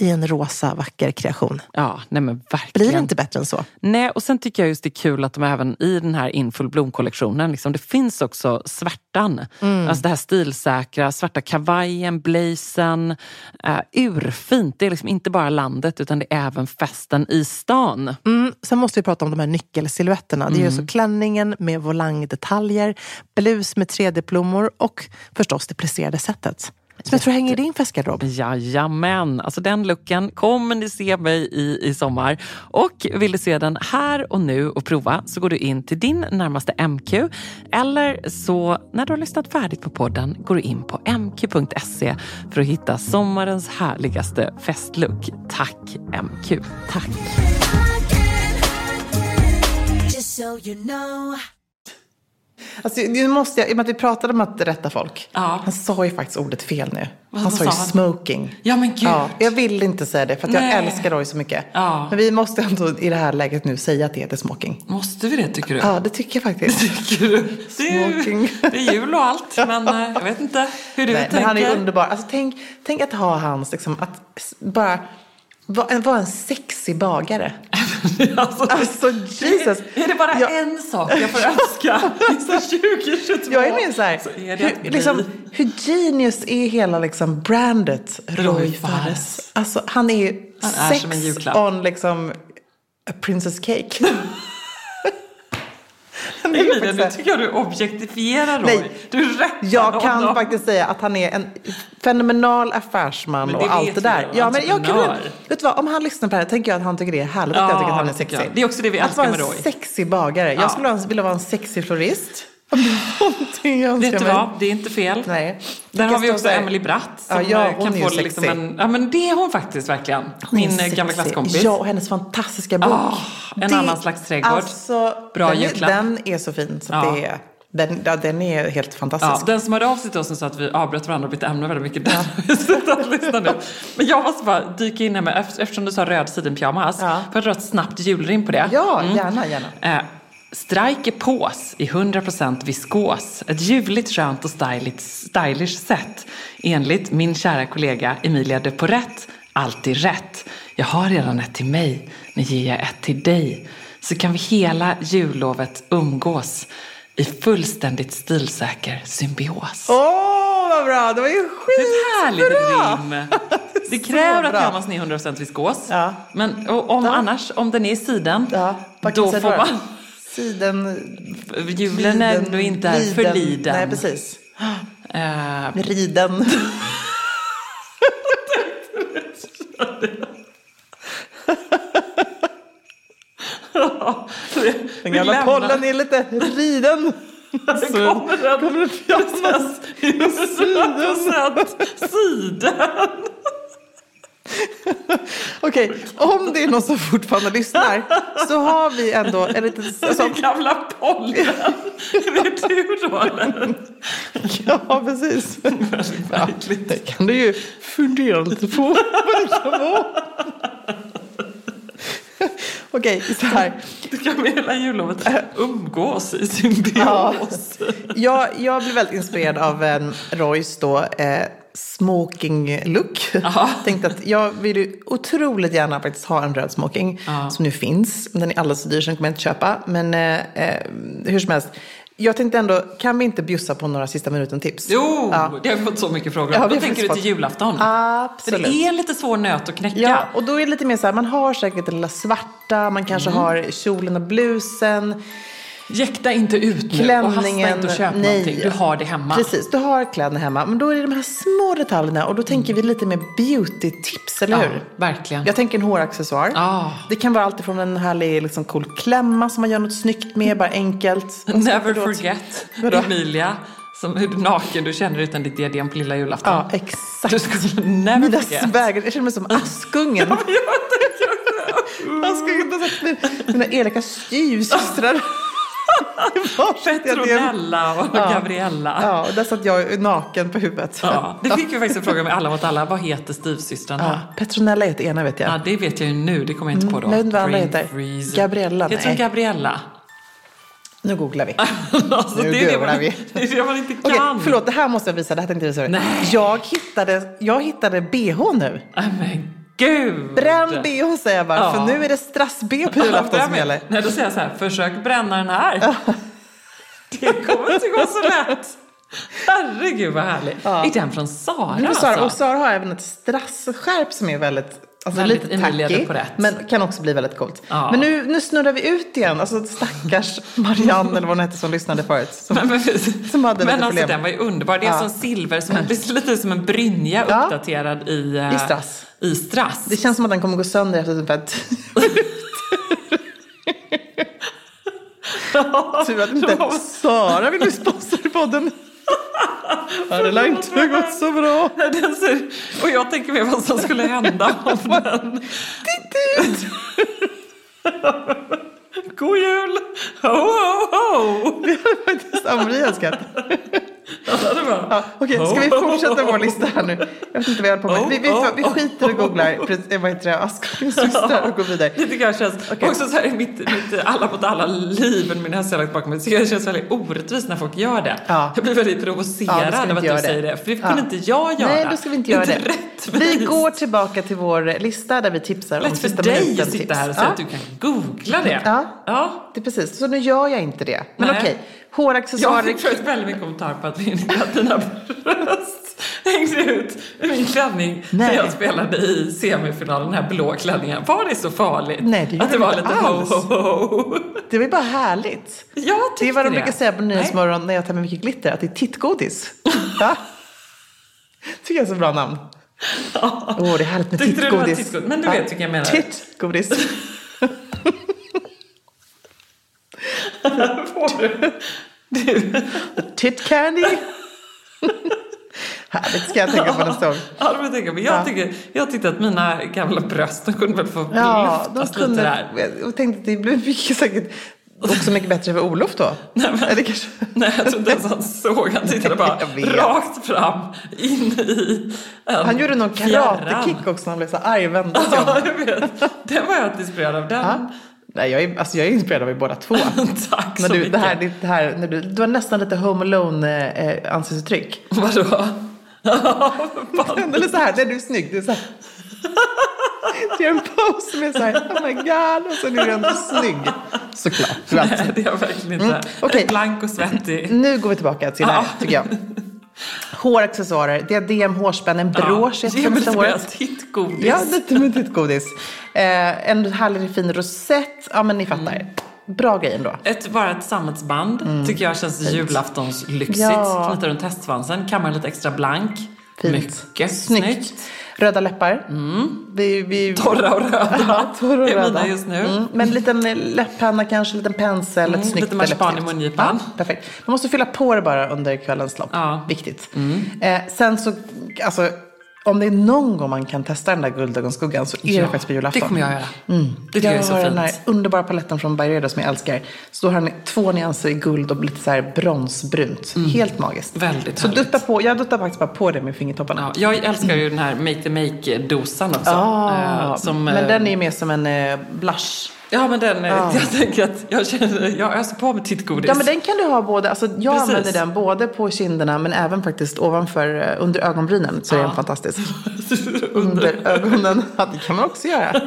Speaker 3: i en rosa vacker kreation.
Speaker 2: Ja, nej men verkligen.
Speaker 3: Blir det inte bättre än så?
Speaker 2: Nej, och sen tycker jag just det är kul att de även i den här Infull Blom-kollektionen, liksom, det finns också svärtan. Alltså det här stilsäkra, svarta kavajen, blazen. Eh, urfint. Det är liksom inte bara landet utan det är även festen i stan.
Speaker 3: Mm. Sen måste vi prata om de här nyckelsilhuetterna. Det är
Speaker 5: Mm.
Speaker 3: ju så klänningen med volangdetaljer, blus med 3D-blommor och förstås det plisserade sättet. Som jag tror hänger i din festgarderob.
Speaker 2: Jajamän, alltså den looken kommer ni se mig i i sommar. Och vill du se den här och nu och prova så går du in till din närmaste MQ eller så när du har lyssnat färdigt på podden går du in på mq.se E för att hitta sommarens härligaste festlook. Tack MQ, tack!
Speaker 8: Just so you know.
Speaker 5: Alltså, nu måste jag, i och med att vi pratade om att rätta folk.
Speaker 2: Ja.
Speaker 5: Han sa ju faktiskt ordet fel nu. Han
Speaker 2: vad
Speaker 5: sa ju
Speaker 2: sa han?
Speaker 5: smoking.
Speaker 2: Ja men gud!
Speaker 5: Ja, jag vill inte säga det för att
Speaker 2: Nej.
Speaker 5: jag älskar Roy så mycket.
Speaker 2: Ja.
Speaker 5: Men vi måste ändå i det här läget nu säga att det heter smoking.
Speaker 2: Måste vi det tycker du?
Speaker 5: Ja, det tycker jag faktiskt.
Speaker 2: Tycker du? Det är ju-
Speaker 5: Smoking.
Speaker 2: det är jul och allt men eh, jag vet inte hur du
Speaker 5: Nej, men
Speaker 2: tänker.
Speaker 5: han är underbar. Alltså, tänk, tänk att ha hans, liksom, att s- bara vara en, vara en sexig bagare.
Speaker 2: alltså,
Speaker 5: Alltså, Jesus.
Speaker 2: Är, är det bara
Speaker 5: Jag-
Speaker 2: en sak jag får önska inför 2022?
Speaker 5: Jag är mer så här,
Speaker 2: så är det att bli
Speaker 5: hur, liksom, hur genius är hela liksom brandet
Speaker 2: Roy
Speaker 5: Roy
Speaker 2: Fares.
Speaker 5: Fares? Alltså han är ju
Speaker 2: Han är som en
Speaker 5: sex
Speaker 2: julklapp.
Speaker 5: on liksom a princess cake. Han är ju
Speaker 2: Emilia,
Speaker 5: faktiskt
Speaker 2: nu
Speaker 5: det.
Speaker 2: tycker jag du objektifierar Roy.
Speaker 5: Nej,
Speaker 2: du rättar
Speaker 5: Jag kan
Speaker 2: honom.
Speaker 5: faktiskt säga att han är en fenomenal affärsman
Speaker 2: Men det
Speaker 5: och
Speaker 2: vet
Speaker 5: allt det där.
Speaker 2: vi ju,
Speaker 5: Ja, men jag kan,
Speaker 2: entreprenör.
Speaker 5: vet du vad, om han lyssnar på det här tänker jag att han tycker det är härligt
Speaker 2: Ja,
Speaker 5: att jag tycker att han är
Speaker 2: det tycker
Speaker 5: sexig.
Speaker 2: jag. Det är också det vi
Speaker 5: att
Speaker 2: älskar
Speaker 5: vara
Speaker 2: med
Speaker 5: en
Speaker 2: Roy.
Speaker 5: sexig bagare.
Speaker 2: Ja.
Speaker 5: Jag skulle vara- vilja vara en sexig florist. Om det är Någonting jag önskar
Speaker 2: Vet du
Speaker 5: mig.
Speaker 2: vad, det är inte fel.
Speaker 5: Nej.
Speaker 2: Där
Speaker 5: Jag
Speaker 2: har vi
Speaker 5: står
Speaker 2: också
Speaker 5: där.
Speaker 2: Emily Bratt som
Speaker 5: Ja, ja,
Speaker 2: eh,
Speaker 5: hon
Speaker 2: kan
Speaker 5: är ju
Speaker 2: få
Speaker 5: sexig.
Speaker 2: liksom en... Ja men det är hon faktiskt verkligen.
Speaker 5: Hon är
Speaker 2: Min eh,
Speaker 5: sexig.
Speaker 2: gamla klasskompis.
Speaker 5: Ja, och hennes fantastiska bok.
Speaker 2: Ah, En annan slags trädgård.
Speaker 5: Alltså,
Speaker 2: Bra
Speaker 5: den, är,
Speaker 2: julklapp.
Speaker 5: den är så fin så
Speaker 2: Ja.
Speaker 5: det är, den, ja, den är helt
Speaker 2: Ja,
Speaker 5: fantastisk.
Speaker 2: den som hörde av sig till oss och sa att vi avbröt varandra och bytte ämne väldigt mycket, den har vi slutat lyssna nu. Men jag måste bara dyka in här med, eft- eftersom du sa röd sidenpyjamas,
Speaker 5: Ja.
Speaker 2: får jag dra ett snabbt julrim på det?
Speaker 5: Ja, gärna, gärna.
Speaker 2: Eh, Strike Pås i 100% viskos. Ett ljuvligt, skönt och stylish, stylish sätt. Enligt min kära kollega Emilia de Porrett, alltid rätt. Jag har redan ett till mig, nu ger jag ett till dig. Så kan vi hela jullovet umgås i fullständigt stilsäker symbios.
Speaker 5: Åh, vad bra! Det var ju
Speaker 2: Det är ett härligt
Speaker 5: skitbra!
Speaker 2: rim.
Speaker 5: Det
Speaker 2: Det
Speaker 5: är så
Speaker 2: kräver att
Speaker 5: bra.
Speaker 2: pyjamasen är 100% viskos.
Speaker 5: Ja.
Speaker 2: Men och om annars, om den är i siden,
Speaker 5: Ja, vad kan
Speaker 2: då
Speaker 5: jag
Speaker 2: får
Speaker 5: säga då?
Speaker 2: man...
Speaker 5: Siden...
Speaker 2: Julen är ändå inte är för liden.
Speaker 5: Nej, precis.
Speaker 2: Eh,
Speaker 5: Riden. Den
Speaker 2: vi
Speaker 5: gamla
Speaker 2: lämnar-
Speaker 5: pollen är lite riden.
Speaker 2: Det kommer den. Kommer den pyjamas. Sidan.
Speaker 5: Okej, om det är någon som fortfarande lyssnar så har vi ändå en liten... Alltså,
Speaker 2: Den gamla pollen. Är det du då eller?
Speaker 5: ja, precis. Ja, det kan du ju fundera lite på vad det kan vara. Okej, så här.
Speaker 2: Du kan med hela jullovet umgås i symbios.
Speaker 5: Jag, jag blev väldigt inspirerad av en Roys då, eh, smoking look. Tänkte att jag vill ju otroligt gärna faktiskt ha en röd smoking som nu finns. Den är alldeles för dyr så den kommer jag inte köpa. Men eh, eh, hur som helst. Jag tänkte ändå, kan vi inte bjussa på några sista minuten-tips?
Speaker 2: Jo,
Speaker 5: Ja.
Speaker 2: det har vi fått så mycket frågor
Speaker 5: Ja,
Speaker 2: om.
Speaker 5: vi
Speaker 2: Då
Speaker 5: har
Speaker 2: tänker du
Speaker 5: faktiskt
Speaker 2: till
Speaker 5: fått-
Speaker 2: julafton. För
Speaker 5: Absolut.
Speaker 2: det är en lite svår nöt att knäcka.
Speaker 5: Ja, och då är det lite mer så här, man har säkert det lilla svarta, man kanske
Speaker 2: Mm.
Speaker 5: har kjolen och blusen.
Speaker 2: Jäkta inte ut nu och hasta inte och köp någonting. Du har det hemma.
Speaker 5: Precis, du har kläderna hemma. Men då är det de här små detaljerna och då tänker vi lite mer beauty-tips, eller
Speaker 2: Mm. Ja,
Speaker 5: hur?
Speaker 2: verkligen.
Speaker 5: Jag tänker en håraccessoar.
Speaker 2: Ah.
Speaker 5: Det kan vara allt från en härlig liksom, cool klämma som man gör något snyggt med, bara enkelt. Och så-
Speaker 2: Never
Speaker 5: förlåt.
Speaker 2: forget
Speaker 5: Vadå?
Speaker 2: Emilia, som, hur naken du känner utan ditt diadem på lilla julafton.
Speaker 5: Ja, exakt.
Speaker 2: Du skulle never
Speaker 5: Mina
Speaker 2: forget.
Speaker 5: svägrar, jag känner mig som Askungen. Askungen har sagt mina- mina elaka styvsystrar.
Speaker 2: Petronella och
Speaker 5: Ja.
Speaker 2: Gabriella. Ja.
Speaker 5: Ja, och där satt jag naken på huvudet.
Speaker 2: Det fick vi faktiskt en fråga med alla mot alla. Vad heter styvsystrarna?
Speaker 5: Ja, Petronella heter ena vet jag.
Speaker 2: Ja, det vet jag ju nu. Det kommer jag inte på då.
Speaker 5: men jag vet inte vad andra
Speaker 2: Brain
Speaker 5: heter.
Speaker 2: freeze.
Speaker 5: Gabriella,
Speaker 2: Heter hon
Speaker 5: nej.
Speaker 2: Gabriella?
Speaker 5: Nu googlar vi.
Speaker 2: alltså,
Speaker 5: Nu
Speaker 2: det, är det,
Speaker 5: googlar
Speaker 2: man,
Speaker 5: vi.
Speaker 2: det är det man inte kan.
Speaker 5: Okej, förlåt, det här måste jag visa. Det här tänkte jag visa dig.
Speaker 2: Nej.
Speaker 5: Jag hittade, jag hittade bh nu.
Speaker 2: Nej, Men gud!
Speaker 5: Bränn bh säger jag bara,
Speaker 2: Ja.
Speaker 5: för nu är det strass-bh på julafton som gäller.
Speaker 2: Nej, då säger jag så här, försök bränna den här. det kommer inte gå så lätt. Herregud vad härlig. Är den från Sara
Speaker 5: Men Sara, och
Speaker 2: alltså?
Speaker 5: Sara har även ett strassskärp som är väldigt, alltså
Speaker 2: Väldigt
Speaker 5: lite
Speaker 2: Emilia
Speaker 5: tacky,
Speaker 2: på rätt.
Speaker 5: men kan också bli väldigt coolt.
Speaker 2: Ja.
Speaker 5: Men nu, nu snurrar vi ut igen, alltså stackars Marianne eller vad hon hette som lyssnade förut. Som,
Speaker 2: Men, men,
Speaker 5: som hade
Speaker 2: men
Speaker 5: lite
Speaker 2: alltså
Speaker 5: problem.
Speaker 2: den var ju underbar. Det är
Speaker 5: Ja. Mm.
Speaker 2: som silver, som, det är lite som en brynja
Speaker 5: Ja.
Speaker 2: uppdaterad i, eh,
Speaker 5: I strass.
Speaker 2: I strass.
Speaker 5: Det känns som att den kommer gå sönder efter typ ungefär tio Tur att
Speaker 2: Det var-
Speaker 5: inte Sara vill bli sponsor på podden. Ja, det lär inte gått så bra.
Speaker 2: Den ser, och jag tänker mig vad som skulle hända om den... God jul! Ho, ho, ho!
Speaker 5: Samri älskar
Speaker 2: Ja, det var.
Speaker 5: Ja, Okej, ska vi fortsätta vår lista här nu? Jag vet inte vad jag håller på med. Vi, vi, vi
Speaker 2: Oh,
Speaker 5: skiter och googlar pres- eh, vad heter det, Askungens systrar och går vidare.
Speaker 2: Det tycker jag känns, också så här i mitt, mitt alla mot alla liv, men min häst har jag lagt bakom mig, så jag känns väldigt orättvist när folk gör det.
Speaker 5: Ja.
Speaker 2: Jag blir väldigt
Speaker 5: Ja,
Speaker 2: provocerad
Speaker 5: då ska vi
Speaker 2: av
Speaker 5: inte
Speaker 2: att du
Speaker 5: göra det.
Speaker 2: säger det, för det
Speaker 5: Ja.
Speaker 2: kunde inte jag göra.
Speaker 5: Nej, då ska vi inte göra
Speaker 2: det.
Speaker 5: det.
Speaker 2: är inte rättvist.
Speaker 5: Vi går tillbaka till vår lista där vi tipsar om
Speaker 2: Lätt för
Speaker 5: sista
Speaker 2: dig att
Speaker 5: minuten-tips.
Speaker 2: sitta här och säga
Speaker 5: Ja.
Speaker 2: att du kan googla det.
Speaker 5: Ja.
Speaker 2: ja.
Speaker 5: Det är precis, så nu gör jag inte det. Men
Speaker 2: Nej.
Speaker 5: okej,
Speaker 2: Jag
Speaker 5: håraccessoarer.
Speaker 2: fick förut väldigt mycket kommentarer på att min- att mina bröst hängde ut ur min klänning när
Speaker 5: Nej.
Speaker 2: jag spelade i semifinalen, den här blå klänningen. Var det så farligt?
Speaker 5: Nej, det gjorde
Speaker 2: Att det
Speaker 5: det
Speaker 2: var
Speaker 5: inte
Speaker 2: lite ho,
Speaker 5: alls.
Speaker 2: ho, ho.
Speaker 5: Det är väl bara härligt?
Speaker 2: Jag
Speaker 5: Det är vad de
Speaker 2: tyckte
Speaker 5: brukar säga på
Speaker 2: Nej.
Speaker 5: Nyhetsmorgon när jag tar med mycket glitter, att det är tittgodis. Va? Tycker jag är så bra namn.
Speaker 2: Ja.
Speaker 5: Åh, det är härligt med
Speaker 2: Tyckte du det var
Speaker 5: tittgodis.
Speaker 2: tittgodis? Men du vet vilken jag menar.
Speaker 5: Tittgodis.
Speaker 2: Får du? Du.
Speaker 5: Tit candy. härligt ska jag tänka på nästa gång.
Speaker 2: Ja, det får jag tänka på. Jag,
Speaker 5: Ja.
Speaker 2: tycker, jag tyckte att mina gamla bröst, de kunde väl få
Speaker 5: Ja, de
Speaker 2: luftas lite
Speaker 5: kunde...
Speaker 2: där.
Speaker 5: Jag tänkte att det blev mycket säkert också mycket bättre för Olof då.
Speaker 2: Nej, men-
Speaker 5: Eller kanske...
Speaker 2: Nej, jag tror inte ens han såg. Han tittade bara
Speaker 5: Jag vet.
Speaker 2: rakt fram in i en
Speaker 5: Han gjorde någon
Speaker 2: fjärran.
Speaker 5: karatekick också när han blev så arg och vände sig om.
Speaker 2: Ja, jag vet. Den var jag inspirerad av. Den.
Speaker 5: Ja. Nej, jag är, alltså jag är inspirerad av er båda två.
Speaker 2: Tack
Speaker 5: När
Speaker 2: så
Speaker 5: du,
Speaker 2: mycket.
Speaker 5: det här, det här, när du, du har nästan lite home alone eh, eh, ansiktsuttryck.
Speaker 2: Vadå? Fan.
Speaker 5: Eller så här, nej du är snygg. Du är så här. Du gör en pose som är så här, oh my god, och sen är du ändå snygg. Såklart. för att-
Speaker 2: Nej, det är jag verkligen inte.
Speaker 5: Mm, okej.
Speaker 2: Blank och svettig.
Speaker 5: Nu går vi tillbaka till det här,
Speaker 2: Ja.
Speaker 5: tycker jag. Håraccessoarer, diadem, hårspännen, brosch
Speaker 2: ja,
Speaker 5: heter
Speaker 2: ge
Speaker 5: det
Speaker 2: mig
Speaker 5: första
Speaker 2: lite mer
Speaker 5: håret.
Speaker 2: tittgodis.
Speaker 5: Ja, lite myntigt godis. Eh, en härlig fin rosett. Ja, men ni fattar.
Speaker 2: Mm.
Speaker 5: Bra grej ändå.
Speaker 2: Ett, bara ett sammetsband tycker jag känns julaftonslyxigt.
Speaker 5: Mm. Ja.
Speaker 2: Knyta runt hästsvansen, kammaren lite extra blank.
Speaker 5: Fint.
Speaker 2: Mycket
Speaker 5: Snyggt. Röda läppar. Vi, vi...
Speaker 2: Mm. Torra och röda.
Speaker 5: Ja, torra och
Speaker 2: är
Speaker 5: röda.
Speaker 2: mina just nu. Mm,
Speaker 5: Mm, Men en liten eh, läpppenna kanske, en liten pensel, ett snyggt
Speaker 2: lite marsipan i
Speaker 5: läppstift.
Speaker 2: mungipan.
Speaker 5: Ja, perfekt. Man måste fylla på det bara under kvällens lopp.
Speaker 2: Ja. Mm.
Speaker 5: Viktigt. Eh, sen så, alltså, om det är någon gång man kan testa den där guldögonskuggan så är det faktiskt på julafton.
Speaker 2: Det kommer jag göra. Det tycker jag, är
Speaker 5: Mm. har
Speaker 2: så fint.
Speaker 5: den här underbara paletten från Byredo som jag älskar. Så då har den två nyanser i guld och lite så här bronsbrunt. Helt magiskt.
Speaker 2: Mm. Väldigt
Speaker 5: Så
Speaker 2: härligt.
Speaker 5: dutta på, jag duttar faktiskt bara på det med fingertopparna.
Speaker 2: Ja, jag älskar ju den här Make the Make-dosan också.
Speaker 5: Ah,
Speaker 2: Eh, som,
Speaker 5: men
Speaker 2: eh,
Speaker 5: den är ju mer som en eh, blush.
Speaker 2: Ja, men den... eh, Jag tänker att jag känner... Jag öser på med tittgodis.
Speaker 5: Ja men den kan du ha både, alltså jag
Speaker 2: Precis.
Speaker 5: använder den både på kinderna men även faktiskt ovanför, eh, under ögonbrynen så är den
Speaker 2: Ja.
Speaker 5: fantastisk.
Speaker 2: Under...
Speaker 5: Under ögonen, ja det kan man också göra.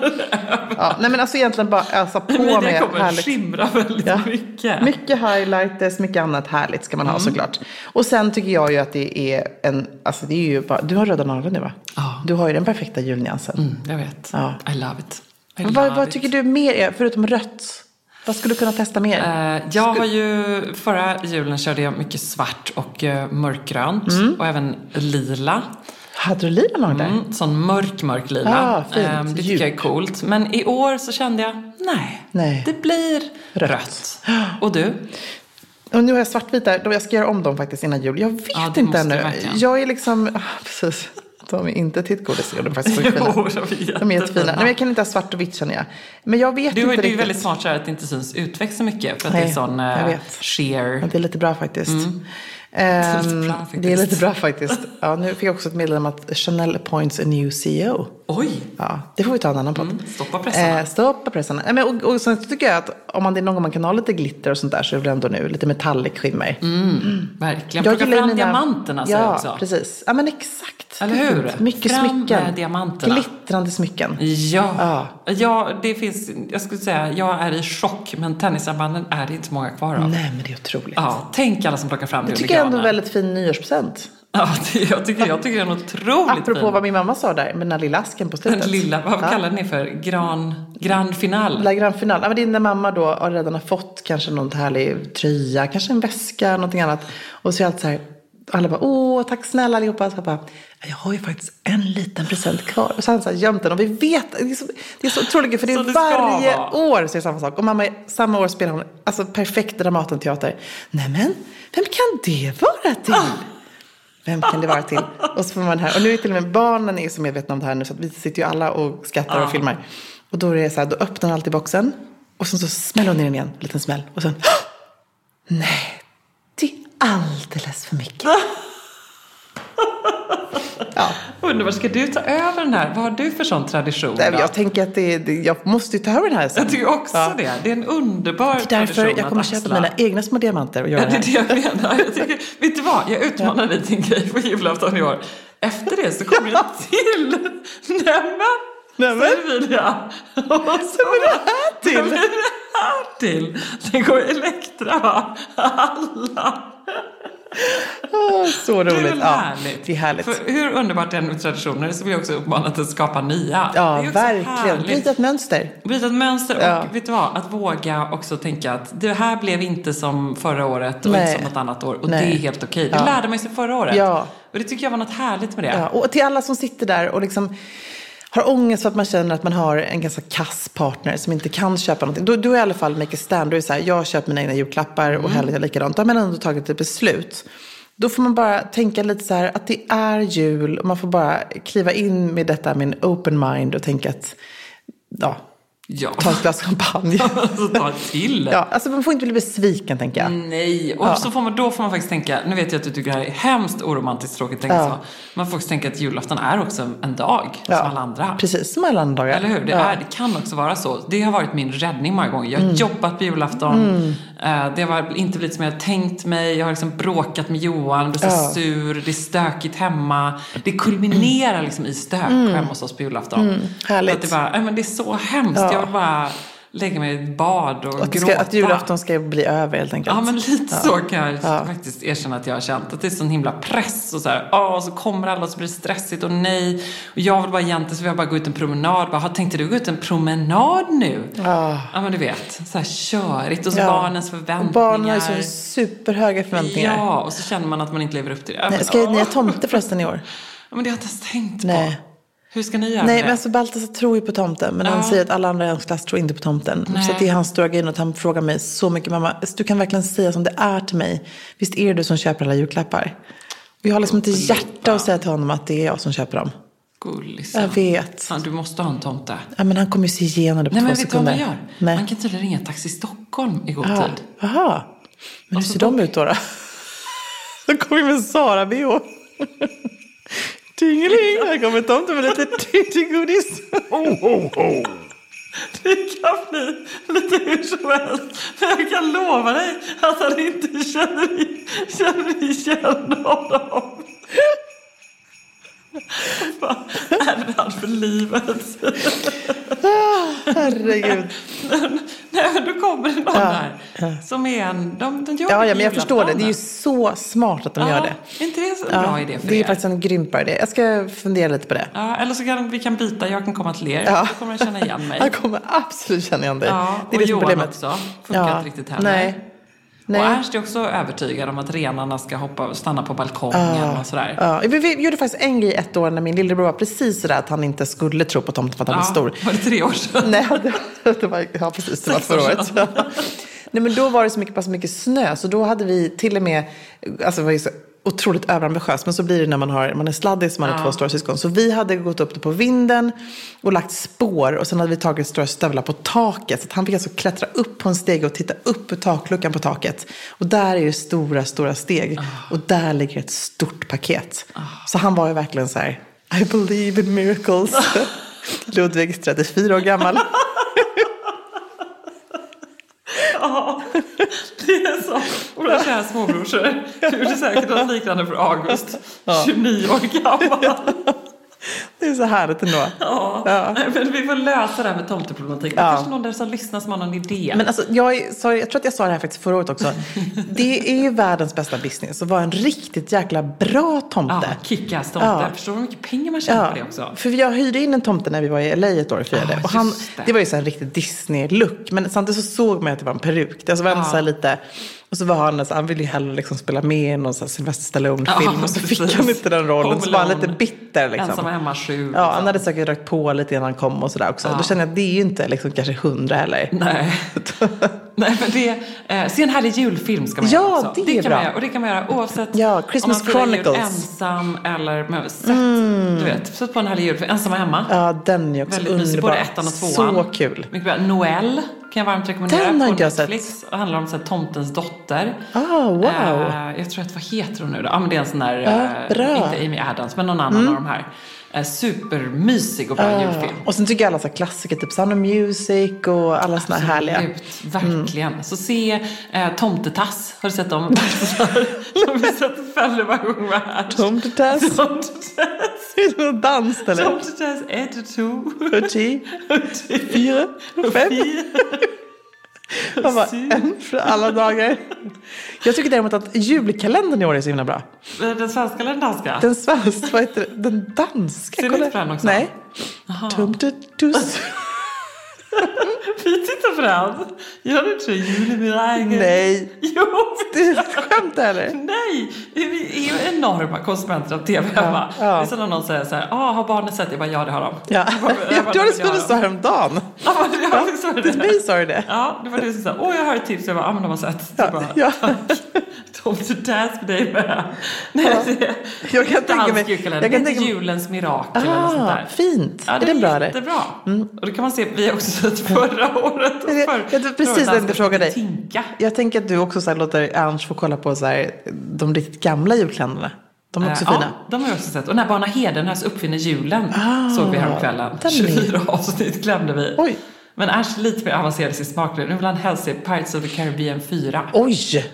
Speaker 5: Ja, nej men alltså egentligen bara ösa Mm, på
Speaker 2: Men det
Speaker 5: med
Speaker 2: kommer
Speaker 5: härligt.
Speaker 2: skimra väldigt
Speaker 5: Ja.
Speaker 2: mycket. Mm.
Speaker 5: Mycket highlighters, mycket annat härligt ska man ha såklart. Och sen tycker jag ju att det är en, alltså det är ju bara, du har röda naglar nu va?
Speaker 2: Ja.
Speaker 5: Du har ju den perfekta julnyansen.
Speaker 2: Mm, Jag vet.
Speaker 5: Ja.
Speaker 2: I love it. I
Speaker 5: Men
Speaker 2: love
Speaker 5: Vad, vad
Speaker 2: it.
Speaker 5: tycker du mer är, förutom rött? Vad skulle du kunna testa mer?
Speaker 2: Eh, Jag var ju, förra julen körde jag mycket svart och eh, mörkgrönt
Speaker 5: Mm.
Speaker 2: och även lila.
Speaker 5: Hade du lila naglar?
Speaker 2: Mm, sån mörk, mörk lila.
Speaker 5: Ah, fint.
Speaker 2: Eh, det tycker
Speaker 5: Djup.
Speaker 2: jag är coolt. Men i år så kände jag, nej,
Speaker 5: Nej.
Speaker 2: det blir
Speaker 5: Rött.
Speaker 2: rött. Och du?
Speaker 5: Och nu har jag svartvita, De- jag ska göra om dem faktiskt innan jul. Jag vet
Speaker 2: Ja, det
Speaker 5: inte
Speaker 2: måste du
Speaker 5: ännu.
Speaker 2: verkligen.
Speaker 5: Jag är liksom, ah, precis. De är inte tittgodis, de är faktiskt sjukt fina.
Speaker 2: Jo, de är jättefina.
Speaker 5: De är jättefina. Nej, men jag kan inte ha svart och vitt känner jag. Men jag vet
Speaker 2: Du,
Speaker 5: inte
Speaker 2: det är ju
Speaker 5: riktigt.
Speaker 2: väldigt smart så här att det inte syns utväxt så mycket för att det
Speaker 5: Nej,
Speaker 2: är sån
Speaker 5: jag
Speaker 2: eh,
Speaker 5: vet.
Speaker 2: sheer.
Speaker 5: Ja, det är lite bra faktiskt.
Speaker 2: är Mm. lite
Speaker 5: Ehm,
Speaker 2: bra faktiskt.
Speaker 5: det är lite bra faktiskt. Ja, nu fick jag också ett meddelande om att Chanel appoints a new CEO.
Speaker 2: Oj!
Speaker 5: Ja, det får vi ta en annan podd.
Speaker 2: Mm. stoppa pressarna.
Speaker 5: Eh, stoppa pressarna. Nej, men, och, och sen så tycker jag att om man det är någon gång man kan ha lite glitter och sånt där så är det väl ändå nu lite metallic skimmer.
Speaker 2: Mm. Verkligen. Plocka
Speaker 5: gillar ju
Speaker 2: fram diamanterna säger jag
Speaker 5: Ja,
Speaker 2: också.
Speaker 5: precis. Ja, men exakt.
Speaker 2: Eller hur?
Speaker 5: Mycket
Speaker 2: Fram
Speaker 5: smycken.
Speaker 2: med diamanterna.
Speaker 5: Glittrande smycken.
Speaker 2: Ja.
Speaker 5: Ja.
Speaker 2: ja, det finns, jag skulle säga, jag är i chock men tennisarmbanden är det inte många kvar av.
Speaker 5: Nej, men det är otroligt.
Speaker 2: Ja, tänk alla som plockar fram det
Speaker 5: Det
Speaker 2: under
Speaker 5: tycker jag ändå är
Speaker 2: granen.
Speaker 5: en väldigt fin nyårspresent.
Speaker 2: Ja, det, jag, tycker, jag tycker det är en otroligt
Speaker 5: Apropå
Speaker 2: fin.
Speaker 5: vad min mamma sa där med den där lilla asken på slutet.
Speaker 2: Den lilla, vad kallar ni för? Gran, grand final?
Speaker 5: La Grand Final. Ja, men det är när mamma då har redan har fått kanske någon härlig tröja, kanske en väska, någonting annat. Och så är allt så här, alla bara åh, tack snälla allihopa. Så jag bara, jag har ju faktiskt en liten present kvar. Och så har han så här gömt den och vi vet, det är så, det är så otroligt för det
Speaker 2: Som
Speaker 5: är
Speaker 2: det ska
Speaker 5: varje
Speaker 2: vara.
Speaker 5: år så är det samma sak. Och mamma, samma år spelar hon, alltså perfekt Dramatenteater. Nämen, vem kan det vara
Speaker 2: Ah.
Speaker 5: till? Vem kan det vara till? Och så får man här. Och nu är till och med barnen är ju så medvetna om det här nu så att vi sitter ju alla och skrattar
Speaker 2: Ah.
Speaker 5: och filmar. Och då är det så här, då öppnar hon alltid boxen och sen så smäller hon ner den igen, en liten smäll. Och sen, nej, det är alldeles för mycket.
Speaker 2: underbart. Ska du ta över den här? Vad har du för sån tradition?
Speaker 5: Nej,
Speaker 2: då?
Speaker 5: men Jag tänker att det, det, jag måste ju ta över den här sen.
Speaker 2: Jag tycker också
Speaker 5: Ja.
Speaker 2: det. Det är en underbar
Speaker 5: Det är därför
Speaker 2: tradition
Speaker 5: jag kommer
Speaker 2: att
Speaker 5: köpa
Speaker 2: axla.
Speaker 5: mina egna små diamanter och göra
Speaker 2: Ja, det
Speaker 5: det
Speaker 2: är
Speaker 5: här.
Speaker 2: det jag menar. Jag tycker, vet du vad? Jag utmanar dig till en grej på julafton i år. Efter det så kommer jag till... Nämen!
Speaker 5: Nämen.
Speaker 2: Servilia! Och så
Speaker 5: är det här till?
Speaker 2: Vem är det här till? Det går Elektra, va? Alla!
Speaker 5: Åh, så roligt.
Speaker 2: Det är väl
Speaker 5: ja,
Speaker 2: härligt?
Speaker 5: Det är härligt.
Speaker 2: För hur underbart det än är med traditioner så vill jag också uppmana till att skapa nya. det är
Speaker 5: ja,
Speaker 2: ju också
Speaker 5: verkligen.
Speaker 2: härligt.
Speaker 5: Bryta ett mönster.
Speaker 2: Bryta ett mönster och
Speaker 5: Ja.
Speaker 2: vet du vad, att våga också tänka att det här blev inte som förra året och
Speaker 5: Nej.
Speaker 2: inte som något annat år och
Speaker 5: Nej.
Speaker 2: det är helt okej. Det
Speaker 5: Ja.
Speaker 2: lärde man sig förra året.
Speaker 5: Ja.
Speaker 2: Och det tycker jag var något härligt med det.
Speaker 5: Ja, och till alla som sitter där och liksom har ångest för att man känner att man har en ganska kass partner som inte kan köpa någonting. Du, du är i alla fall make a stand. Du är så här, jag köper mina egna julklappar
Speaker 2: Mm.
Speaker 5: och helgen är likadant. Då har man ändå tagit ett beslut. Då får man bara tänka lite så här att det är jul och man får bara kliva in med detta med en open mind och tänka att ja,
Speaker 2: Ja.
Speaker 5: ta ett glas champagne.
Speaker 2: så Alltså, ta ett till. Mm.
Speaker 5: ja, alltså man får inte bli besviken tänker jag.
Speaker 2: Nej, och så får man, då får man faktiskt tänka, nu vet jag att du tycker det här är hemskt oromantiskt tråkigt, tänka
Speaker 5: Ja.
Speaker 2: så. man får faktiskt tänka att julafton är också en dag som alla andra.
Speaker 5: Precis, som alla andra dagar.
Speaker 2: Eller hur? Det,
Speaker 5: Ja. Mm.
Speaker 2: är, det kan också vara så. Det har varit min räddning många gånger. Jag har jobbat på julafton. Eh, Det har inte blivit som jag har tänkt mig. Jag har liksom bråkat med Johan, blivit så
Speaker 5: Ja.
Speaker 2: sur. Det är stökigt hemma. Det kulminerar liksom i stök hemma hos oss på julafton.
Speaker 5: Mm. härligt.
Speaker 2: Att det, bara, nej, men det är så hemskt. Jag vill bara lägga mig i ett bad och,
Speaker 5: Att, det ska,
Speaker 2: gråta.
Speaker 5: att julafton ska bli över helt enkelt.
Speaker 2: Ja, men lite så kan jag faktiskt erkänna att jag har känt. Att det är sån himla press och så här, "Åh, och så kommer alla och så blir det stressigt och nej. Och jag vill bara egentligen så vill jag bara gå ut en promenad. Bara, "Ha, tänkte du gå ut en promenad nu? Ja. men du vet, så här körigt och så
Speaker 5: Ja.
Speaker 2: barnens
Speaker 5: Och
Speaker 2: förväntningar.
Speaker 5: barnen har ju så superhöga förväntningar.
Speaker 2: Ja, och så känner man att man inte lever upp till det. Ja,
Speaker 5: Nej,
Speaker 2: men,
Speaker 5: ska
Speaker 2: åh.
Speaker 5: ni ha tomte förresten i år?
Speaker 2: Ja, men det har jag inte ens tänkt
Speaker 5: Nej.
Speaker 2: på. Hur ska ni göra
Speaker 5: Nej,
Speaker 2: med
Speaker 5: men
Speaker 2: det?
Speaker 5: alltså Baltasar tror ju på tomten. Men han säger att alla andra i hans klass tror inte på tomten.
Speaker 2: Nej.
Speaker 5: Så att det är hans stora grej att han frågar mig så mycket. Mamma, alltså, du kan verkligen säga som det är till mig. Visst är det du som köper alla julklappar? Och jag har liksom inte hjärta att säga till honom att det är jag som köper dem.
Speaker 2: Gullisen.
Speaker 5: Jag vet.
Speaker 2: Fan, du måste ha en tomte.
Speaker 5: Ja, men han kommer ju se igenom det på
Speaker 2: Nej,
Speaker 5: två
Speaker 2: men vet du vad
Speaker 5: sekunder.
Speaker 2: man gör?
Speaker 5: Nej.
Speaker 2: Man kan tydligen ringa Taxi Stockholm i god
Speaker 5: Ja.
Speaker 2: tid.
Speaker 5: Jaha. Men hur
Speaker 2: så
Speaker 5: ser de ut då? då? De kommer med Sara-bh. Tingeling, här kommer tomten med lite tittigodis.
Speaker 2: Det kan bli lite hur som helst. Men jag kan lova dig att han inte känner, i- känner igen honom. Vad är han för alltså? livet? Ah,
Speaker 5: Herregud.
Speaker 2: Nej, men då kommer det någon där som är en... De, de gör
Speaker 5: Ja,
Speaker 2: det
Speaker 5: ja, men jag
Speaker 2: på
Speaker 5: förstår det. Det är ju
Speaker 2: julafton.
Speaker 5: så smart att de gör det.
Speaker 2: Ja, är inte det en så
Speaker 5: Ja,
Speaker 2: bra idé för
Speaker 5: det är
Speaker 2: er?
Speaker 5: faktiskt en grym bra idé. Jag ska fundera lite på det.
Speaker 2: Ja, eller så kan vi kan byta. Jag kan komma till er.
Speaker 5: Ja.
Speaker 2: Då kommer han känna igen mig.
Speaker 5: Han kommer absolut känna igen dig.
Speaker 2: Ja,
Speaker 5: det är
Speaker 2: och
Speaker 5: det som är
Speaker 2: Johan
Speaker 5: problemet.
Speaker 2: också. Funkar inte riktigt heller.
Speaker 5: Nej.
Speaker 2: Och
Speaker 5: Nej.
Speaker 2: Ernst är också övertygad om att renarna ska hoppa, stanna på balkongen och sådär.
Speaker 5: Ja, vi, vi gjorde faktiskt en grej i ett år när min lillebror var precis sådär att han inte skulle tro på tomten för att han var stor.
Speaker 2: Var det tre år sedan?
Speaker 5: Nej, det, det var, ja, precis. Det var
Speaker 2: Sex år
Speaker 5: förra året.
Speaker 2: sedan.
Speaker 5: Nej, men då var det så mycket, bara så mycket snö, så då hade vi till och med... Alltså, det var ju så otroligt överambitiöst, men så blir det när man, har, man är sladdig som man har två stora syskon. Så vi hade gått upp det på vinden och lagt spår och sen hade vi tagit stora stövlar på taket. Så att han fick alltså klättra upp på en steg och titta upp ur takluckan på taket. Och där är ju stora, stora steg. Och där ligger ett stort paket. Så han var ju verkligen så här, I believe in miracles. Ludvig, 34 år gammal.
Speaker 2: Ja, det är så. Våra kära småbrorsor. Du gjorde säkert något liknande för August, 29 år gammal.
Speaker 5: Det är så härligt ändå.
Speaker 2: Ja. Nej, men vi får lösa det här med tomteproblematik. Det är kanske någon där som lyssnar som har någon idé.
Speaker 5: Men alltså, jag, är, sorry, jag tror att jag sa det här faktiskt förra året också. Det är ju världens bästa business att vara en riktigt jäkla bra
Speaker 2: ja,
Speaker 5: tomte.
Speaker 2: Ah, kickass tomte.
Speaker 5: Ja.
Speaker 2: Förstår du hur mycket pengar man tjänar
Speaker 5: Ja,
Speaker 2: på det också?
Speaker 5: för jag hyrde in en tomte när vi var i LA ett år och firade.
Speaker 2: Ja,
Speaker 5: och han,
Speaker 2: just det.
Speaker 5: det. var ju så en riktig Disney-look. Men samtidigt så såg man att det var en peruk. Alltså var han så här lite, och så var han, så han ville ju hellre liksom spela med i någon så här Sylvester Stallone-film.
Speaker 2: Ja,
Speaker 5: och så fick
Speaker 2: precis.
Speaker 5: han inte den rollen.
Speaker 2: Home
Speaker 5: Så var han lite
Speaker 2: Alone.
Speaker 5: bitter liksom.
Speaker 2: Ensam hemma liksom. sju.
Speaker 5: Ja, han hade säkert rökt på lite innan han kom och sådär också. Då kände jag att det är ju inte liksom kanske hundra heller.
Speaker 2: Nej. Nej, men det, eh, se en härlig julfilm ska man
Speaker 5: Ja,
Speaker 2: göra också.
Speaker 5: det är
Speaker 2: kan
Speaker 5: bra.
Speaker 2: Man göra, och det kan man göra oavsett
Speaker 5: Ja,
Speaker 2: om man
Speaker 5: Christmas
Speaker 2: firar jul
Speaker 5: Chronicles. Mm.
Speaker 2: ensam eller med, sätt, du vet, sätt på en härlig julfilm, ensamma hemma.
Speaker 5: Ja, den är också
Speaker 2: Väldigt mysig,
Speaker 5: underbar.
Speaker 2: både ettan och tvåan.
Speaker 5: Så kul.
Speaker 2: Mycket bra. Noel kan jag varmt rekommendera
Speaker 5: Den har
Speaker 2: på
Speaker 5: inte jag
Speaker 2: Netflix. Det handlar om så här, tomtens dotter.
Speaker 5: Ah, wow.
Speaker 2: Eh, jag tror att, vad heter hon nu då? Ja, men det är en sån där, eh,
Speaker 5: bra.
Speaker 2: inte Amy Adams, men någon annan av de här. eh, supermysig och bra julfilm.
Speaker 5: Och sen tycker jag alla så här klassiker, typ Sound of Music och alla såna här härliga.
Speaker 2: Absolut, verkligen. Så se eh, Tomtetass, har du sett dem? Som vi sett fäller varje gång vi var här.
Speaker 5: Tomtetass.
Speaker 2: Tomtetass.
Speaker 5: Det är någon dans eller?
Speaker 2: Tomtetass 1 och 2.
Speaker 5: Fyrtio, fyra, fem. Man bara, en för alla dagar. Jag tycker däremot att julkalendern i år är så himla bra.
Speaker 2: Den svenska eller den danska?
Speaker 5: Den svenska, vad heter det? Den danska?
Speaker 2: Ser du
Speaker 5: kolla.
Speaker 2: inte på den också?
Speaker 5: Nej. Tumtetus.
Speaker 2: Vi tittar på den. Gör du inte det? Julemiragen.
Speaker 5: Nej.
Speaker 2: Jo.
Speaker 5: Det är ett skämt eller?
Speaker 2: Nej, vi är ju enorma konsumenter av tv hemma.
Speaker 5: ja.
Speaker 2: Det är som när någon säger så här, ah, har barnen sett? Jag bara, ja det har de.
Speaker 5: Ja.
Speaker 2: Jag bara,
Speaker 5: Jag
Speaker 2: bara,
Speaker 5: tror
Speaker 2: "Men
Speaker 5: det skulle
Speaker 2: har
Speaker 5: stå
Speaker 2: de."
Speaker 5: häromdagen.
Speaker 2: Ja, men jag sa
Speaker 5: Till mig sa du det.
Speaker 2: Ja, det var du som sa, åh jag har ett tips. Jag bara, ja men de har sett.
Speaker 5: Ja,
Speaker 2: Jag bara,
Speaker 5: ja.
Speaker 2: tack. Tomte Dance med dig med. Nej, det,
Speaker 5: Jag kan tänka mig-
Speaker 2: Jag
Speaker 5: jag
Speaker 2: kan
Speaker 5: kan
Speaker 2: tänka
Speaker 5: tänka mig-
Speaker 2: julens mirakel eller något sånt
Speaker 5: Ah,
Speaker 2: där.
Speaker 5: fint.
Speaker 2: Ja,
Speaker 5: är
Speaker 2: det
Speaker 5: den bra eller? Mm.
Speaker 2: jättebra. Och det kan man se, vi har också sett förra året. och
Speaker 5: Är det-
Speaker 2: förr-
Speaker 5: jag tror precis
Speaker 2: förra
Speaker 5: det jag
Speaker 2: danska
Speaker 5: frågade dig.
Speaker 2: Tinka.
Speaker 5: Jag tänker att du också så här låter Ernst få kolla på så här, de riktigt gamla julkalendrarna. De är också
Speaker 2: Eh,
Speaker 5: fina. Ah,
Speaker 2: Ja, de har jag också sett. Och när Barna Hedenäs uppfinner julen såg vi häromkvällen.
Speaker 5: den är-
Speaker 2: 24 avsnitt glömde vi.
Speaker 5: Oj.
Speaker 2: Men Ash är lite mer avancerad i sin smak nu. Nu vill han helst se Pirates of the Caribbean 4.
Speaker 5: Oj!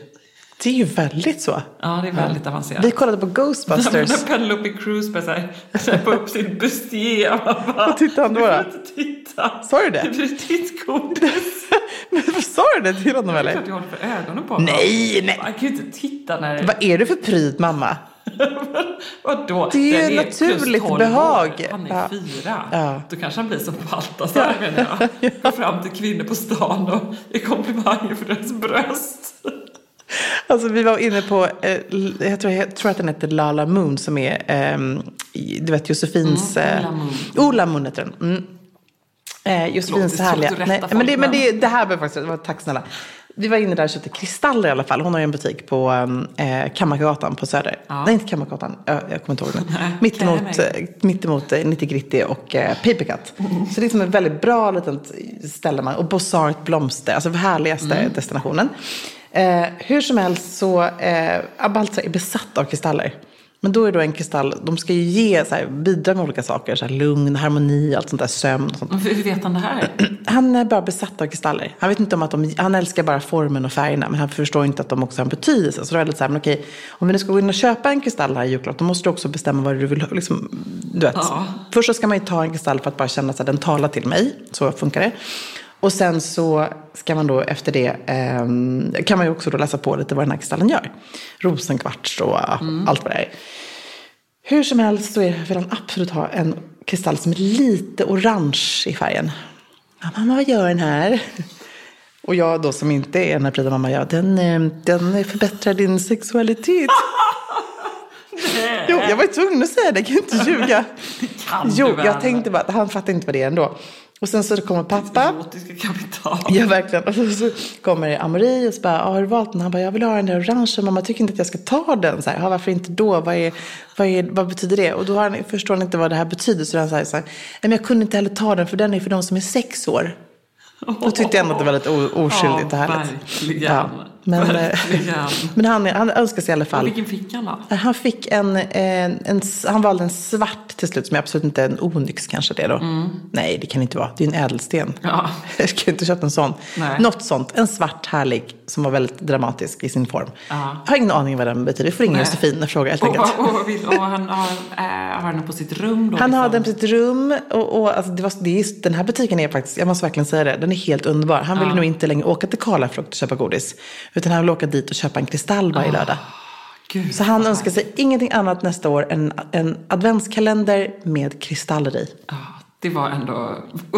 Speaker 5: Det är ju väldigt så.
Speaker 2: Ja, det är väldigt avancerat.
Speaker 5: Vi kollade på Ghostbusters.
Speaker 2: När Penelope Cruz börjar så här släppa upp sin bustier. man bara,
Speaker 5: Vad tittade han då,
Speaker 2: "Du får
Speaker 5: då?"
Speaker 2: inte titta.
Speaker 5: Sa du det?
Speaker 2: Det blir ditt godis.
Speaker 5: Men Sa du det till honom
Speaker 2: Det är
Speaker 5: eller?
Speaker 2: klart jag håller för ögonen på honom.
Speaker 5: Nej, nej.
Speaker 2: Man kan ju inte titta när...
Speaker 5: Vad är du för pryd mamma?
Speaker 2: Vadå?
Speaker 5: Det är ju
Speaker 2: Den plus
Speaker 5: naturligt
Speaker 2: 12 år.
Speaker 5: behag.
Speaker 2: Han är
Speaker 5: Ja.
Speaker 2: fyra.
Speaker 5: Ja.
Speaker 2: Då kanske han blir som Baltasar menar jag. Går fram till kvinnor på stan och ger komplimanger för deras bröst.
Speaker 5: Alltså vi var inne på, eh, jag, tror, jag tror att den heter Lala Moon som är, ehm, du vet Josefins...
Speaker 2: Mm, Ola
Speaker 5: eh,
Speaker 2: Moon.
Speaker 5: Ola Moon heter den. Mm. Eh,
Speaker 2: Förlåt,
Speaker 5: Josefins
Speaker 2: det är svårt
Speaker 5: härliga...
Speaker 2: att rätta
Speaker 5: Nej,
Speaker 2: folk,
Speaker 5: men det, men det,
Speaker 2: men-
Speaker 5: det här behöver faktiskt vara... Tack snälla. Vi var inne där och köpte kristaller i alla fall. Hon har ju en butik på eh, Kammargatan på Söder. Nej, inte Kammargatan. Jag, jag kommer inte ihåg den. Mittemot,
Speaker 2: Kammargatan.
Speaker 5: eh, mittemot eh, 90 Gritti och eh, Papercut. Så det är liksom ett väldigt bra litet ställe. Man, och Bozart Blomster, alltså härligaste destinationen. Eh, hur som helst så eh, Abalza är besatt av kristaller. Men då är då en kristall, de ska ju ge, så här, bidra med olika saker, så här, lugn, harmoni, allt sånt där, sömn och sånt.
Speaker 2: Men Hur vet han det här?
Speaker 5: Han är bara besatt av kristaller. Han vet inte om att de, han älskar bara formen och färgerna, men han förstår inte att de också har en betydelse. Så då är det lite så här, men okej, om vi nu ska gå in och köpa en kristall här i julklapp, då måste du också bestämma vad du vill ha. Liksom, du vet.
Speaker 2: Ja.
Speaker 5: Först så ska man ju ta en kristall för att bara känna att den talar till mig. Så funkar det. Och sen så ska man då efter det, ehm, kan man ju också då läsa på lite vad den här kristallen gör. Rosenkvarts och allt vad det är. Hur som helst så är- vill han absolut ha en kristall som är lite orange i färgen. Ja, mamma, vad gör den här? Och jag då som inte är den här prida mamma, ja, den, eh, den förbättrar din sexualitet. jo, jag var ju tvungen att säga det, jag kan ju inte ljuga.
Speaker 2: Kan
Speaker 5: Jo,
Speaker 2: du väl?
Speaker 5: jag tänkte bara att han fattar inte vad det är ändå. Och sen så kommer pappa.
Speaker 2: Erotiska kapital.
Speaker 5: Ja, verkligen. Och så- så kommer Amori och så bara, "Ah, har du valt den? Han bara, jag vill ha den där orangea. Mamma tycker inte att jag ska ta den. Så här, "Ah, varför inte då? Vad, är, vad, är, vad betyder det? Och då har han, förstår han inte vad det här betyder. Så han säger så här, "Nej, men jag kunde inte heller ta den för den är för de som är sex år. Då tyckte jag ändå att det var lite o- oskyldigt och
Speaker 2: Ja,
Speaker 5: härligt.
Speaker 2: verkligen.
Speaker 5: men eh,
Speaker 2: Verkligen.
Speaker 5: men han, är- han önskar sig i alla
Speaker 2: Och
Speaker 5: fall
Speaker 2: Vilken fick han då?
Speaker 5: han fick en, en, en, han valde en svart till slut som är absolut inte en onyx kanske det då. Nej, det kan det inte vara. Det är en ädelsten.
Speaker 2: Mm. Ja.
Speaker 5: Jag kan ju inte köpa en sån.
Speaker 2: Nej.
Speaker 5: Något sånt. En svart härlig som var väldigt dramatisk i sin form.
Speaker 2: Ja.
Speaker 5: Jag har ingen aning vad den betyder. Vi får ringa
Speaker 2: Nej.
Speaker 5: Josefin och fråga helt
Speaker 2: Och,
Speaker 5: enkelt.
Speaker 2: och, och, vill- och han har, äh, har den på sitt rum då?
Speaker 5: Han har
Speaker 2: liksom?
Speaker 5: den på sitt rum och, och alltså det var, det är, den här butiken är faktiskt, jag måste verkligen säga det, den är helt underbar. Han ville nog inte längre åka till Karlafrukt och köpa godis. Utan han vill åka dit och köpa en kristall
Speaker 2: Ah.
Speaker 5: varje lördag.
Speaker 2: Gud,
Speaker 5: Så han
Speaker 2: vad
Speaker 5: önskar sig ingenting annat nästa år än en adventskalender med kristaller i.
Speaker 2: Ja, Ah, det var ändå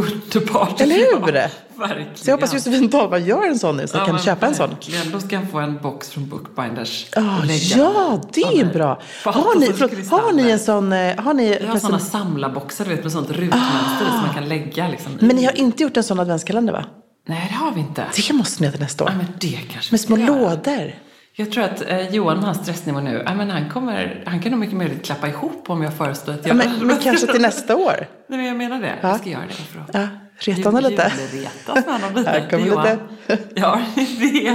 Speaker 2: underbart.
Speaker 5: Eller hur?
Speaker 2: Ja, verkligen.
Speaker 5: Så jag hoppas Josefin Dahlberg gör en sån nu så jag kan
Speaker 2: men
Speaker 5: köpa en sån.
Speaker 2: Verkligen, då ska jag få en box från Bookbinders.
Speaker 5: Ah,
Speaker 2: och lägga
Speaker 5: ja,
Speaker 2: den.
Speaker 5: det är
Speaker 2: nej.
Speaker 5: bra.
Speaker 2: Fan,
Speaker 5: Har ni,
Speaker 2: och så
Speaker 5: förlåt, har ni en sån... eh, Har ni,
Speaker 2: Jag har sådana samlarboxar du vet, med sånt rutmönster i som man kan lägga. Liksom, i.
Speaker 5: Ah. men ni har inte gjort en sån adventskalender va?
Speaker 2: Nej, det har vi inte.
Speaker 5: Det måste ni göra till nästa år.
Speaker 2: Ja, men det kanske
Speaker 5: Med
Speaker 2: vi
Speaker 5: små
Speaker 2: ska göra.
Speaker 5: lådor.
Speaker 2: Jag tror att eh, Johan med hans stressnivå nu, ja, men han, kommer, han kan nog mycket möjligt klappa ihop om jag föreslår att
Speaker 5: Ja,
Speaker 2: jag...
Speaker 5: men, men kanske till nästa år.
Speaker 2: Nej, men jag menar det. Jag ska göra det efteråt.
Speaker 5: Ja, reta honom
Speaker 2: Jul-
Speaker 5: lite.
Speaker 2: Julretas med honom lite.
Speaker 5: Här kommer
Speaker 2: Johan.
Speaker 5: lite.
Speaker 2: Ja, det.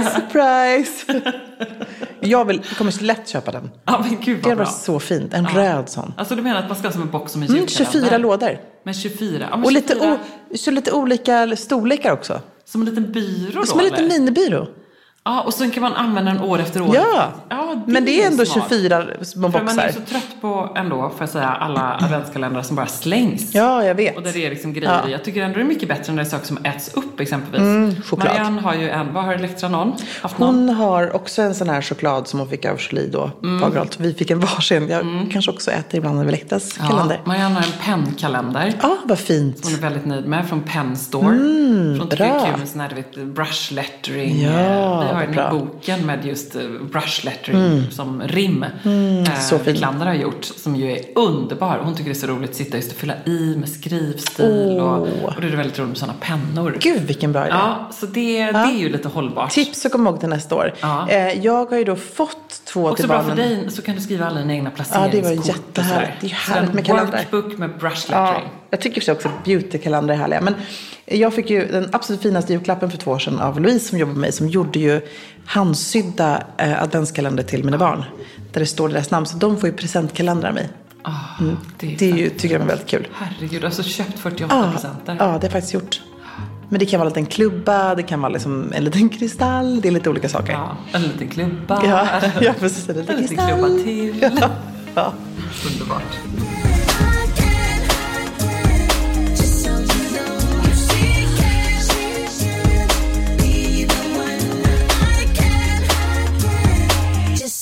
Speaker 5: Surprise! Jag vill, jag kommer lätt köpa den.
Speaker 2: Ja, men gud
Speaker 5: Det
Speaker 2: vad
Speaker 5: var
Speaker 2: bra.
Speaker 5: så fint. En
Speaker 2: Ja.
Speaker 5: röd sån.
Speaker 2: Alltså du menar att man ska ha som en box som en
Speaker 5: Mm,
Speaker 2: julkalender?
Speaker 5: 24 lådor.
Speaker 2: Men 24? Ja, men
Speaker 5: Och lite,
Speaker 2: 24
Speaker 5: o, så lite olika storlekar också.
Speaker 2: Som en liten byrå då
Speaker 5: Som en liten
Speaker 2: eller?
Speaker 5: minibyrå.
Speaker 2: Ja, och sen kan man använda den år efter år.
Speaker 5: Ja.
Speaker 2: ja
Speaker 5: Men det är ändå
Speaker 2: smart.
Speaker 5: 24 små
Speaker 2: För man är
Speaker 5: boxar.
Speaker 2: ju så trött på ändå, får jag säga, alla adventskalendrar som bara slängs.
Speaker 5: Ja, jag
Speaker 2: Och där
Speaker 5: vet.
Speaker 2: det är liksom grejer i. Jag tycker ändå det är mycket bättre när det är saker som äts upp exempelvis.
Speaker 5: Mm, choklad.
Speaker 2: Marianne har ju en, vad har Elektra någon? Haft någon?
Speaker 5: Hon har också en sån här choklad som hon fick av Julie då,
Speaker 2: Mm.
Speaker 5: Fagerholt. Vi fick en varsin. Jag kanske också äter ibland av Elektras kalender.
Speaker 2: Ja, Marianne har en pennkalender.
Speaker 5: Ja, vad fint.
Speaker 2: Hon är väldigt nöjd med från Pen Store. från tycker
Speaker 5: Mm, bra.
Speaker 2: det är kul med sån här du vet, brush lettering.
Speaker 5: Ja,
Speaker 2: Eh, Vi har ju
Speaker 5: vad
Speaker 2: den här
Speaker 5: bra. Mm.
Speaker 2: boken med just eh, brush lettering som rim. eh,
Speaker 5: så fin.
Speaker 2: Wiklander har gjort, som ju är underbar. Hon tycker det är så roligt att sitta just och fylla i med skrivstil. Och, och det är väldigt roligt med sådana pennor.
Speaker 5: Gud vilken bra idé.
Speaker 2: Ja, så det, det är ju lite hållbart.
Speaker 5: Tips och kom ihåg till nästa år.
Speaker 2: Ja.
Speaker 5: Eh, Jag har ju då fått två
Speaker 2: Också
Speaker 5: till
Speaker 2: bra
Speaker 5: barnen.
Speaker 2: för dig, så kan du skriva alla dina egna
Speaker 5: Ja,
Speaker 2: placeringskort.
Speaker 5: det var ju
Speaker 2: och sådär.
Speaker 5: jättehärligt. Det är ju
Speaker 2: Så
Speaker 5: härligt
Speaker 2: en
Speaker 5: med kalendrar.
Speaker 2: workbook med brush
Speaker 5: Ja,
Speaker 2: lettering.
Speaker 5: jag tycker för sig också att beautykalendrar är härliga. Men jag fick ju den absolut finaste julklappen för två år sedan av Louise som jobbar med mig. Som gjorde ju handsydda eh, adventskalender till mina barn. Där det står deras namn. Så de får ju presentkalendrar av mig.
Speaker 2: Ah, det är
Speaker 5: Mm. Det är ju, tycker de är väldigt kul.
Speaker 2: Herregud, alltså köpt 48
Speaker 5: Ja,
Speaker 2: presenter.
Speaker 5: ja, det har jag faktiskt gjort. Men det kan vara en liten klubba, det kan vara liksom en liten kristall. Det är lite olika saker.
Speaker 2: Ja, en liten klubba.
Speaker 5: Ja, ja, precis, en
Speaker 2: En
Speaker 5: liten
Speaker 2: liten
Speaker 5: kristall.
Speaker 2: klubba till.
Speaker 5: Ja, ja.
Speaker 2: Underbart.
Speaker 8: I can't, just so you know, she can, she can be the one. I can, just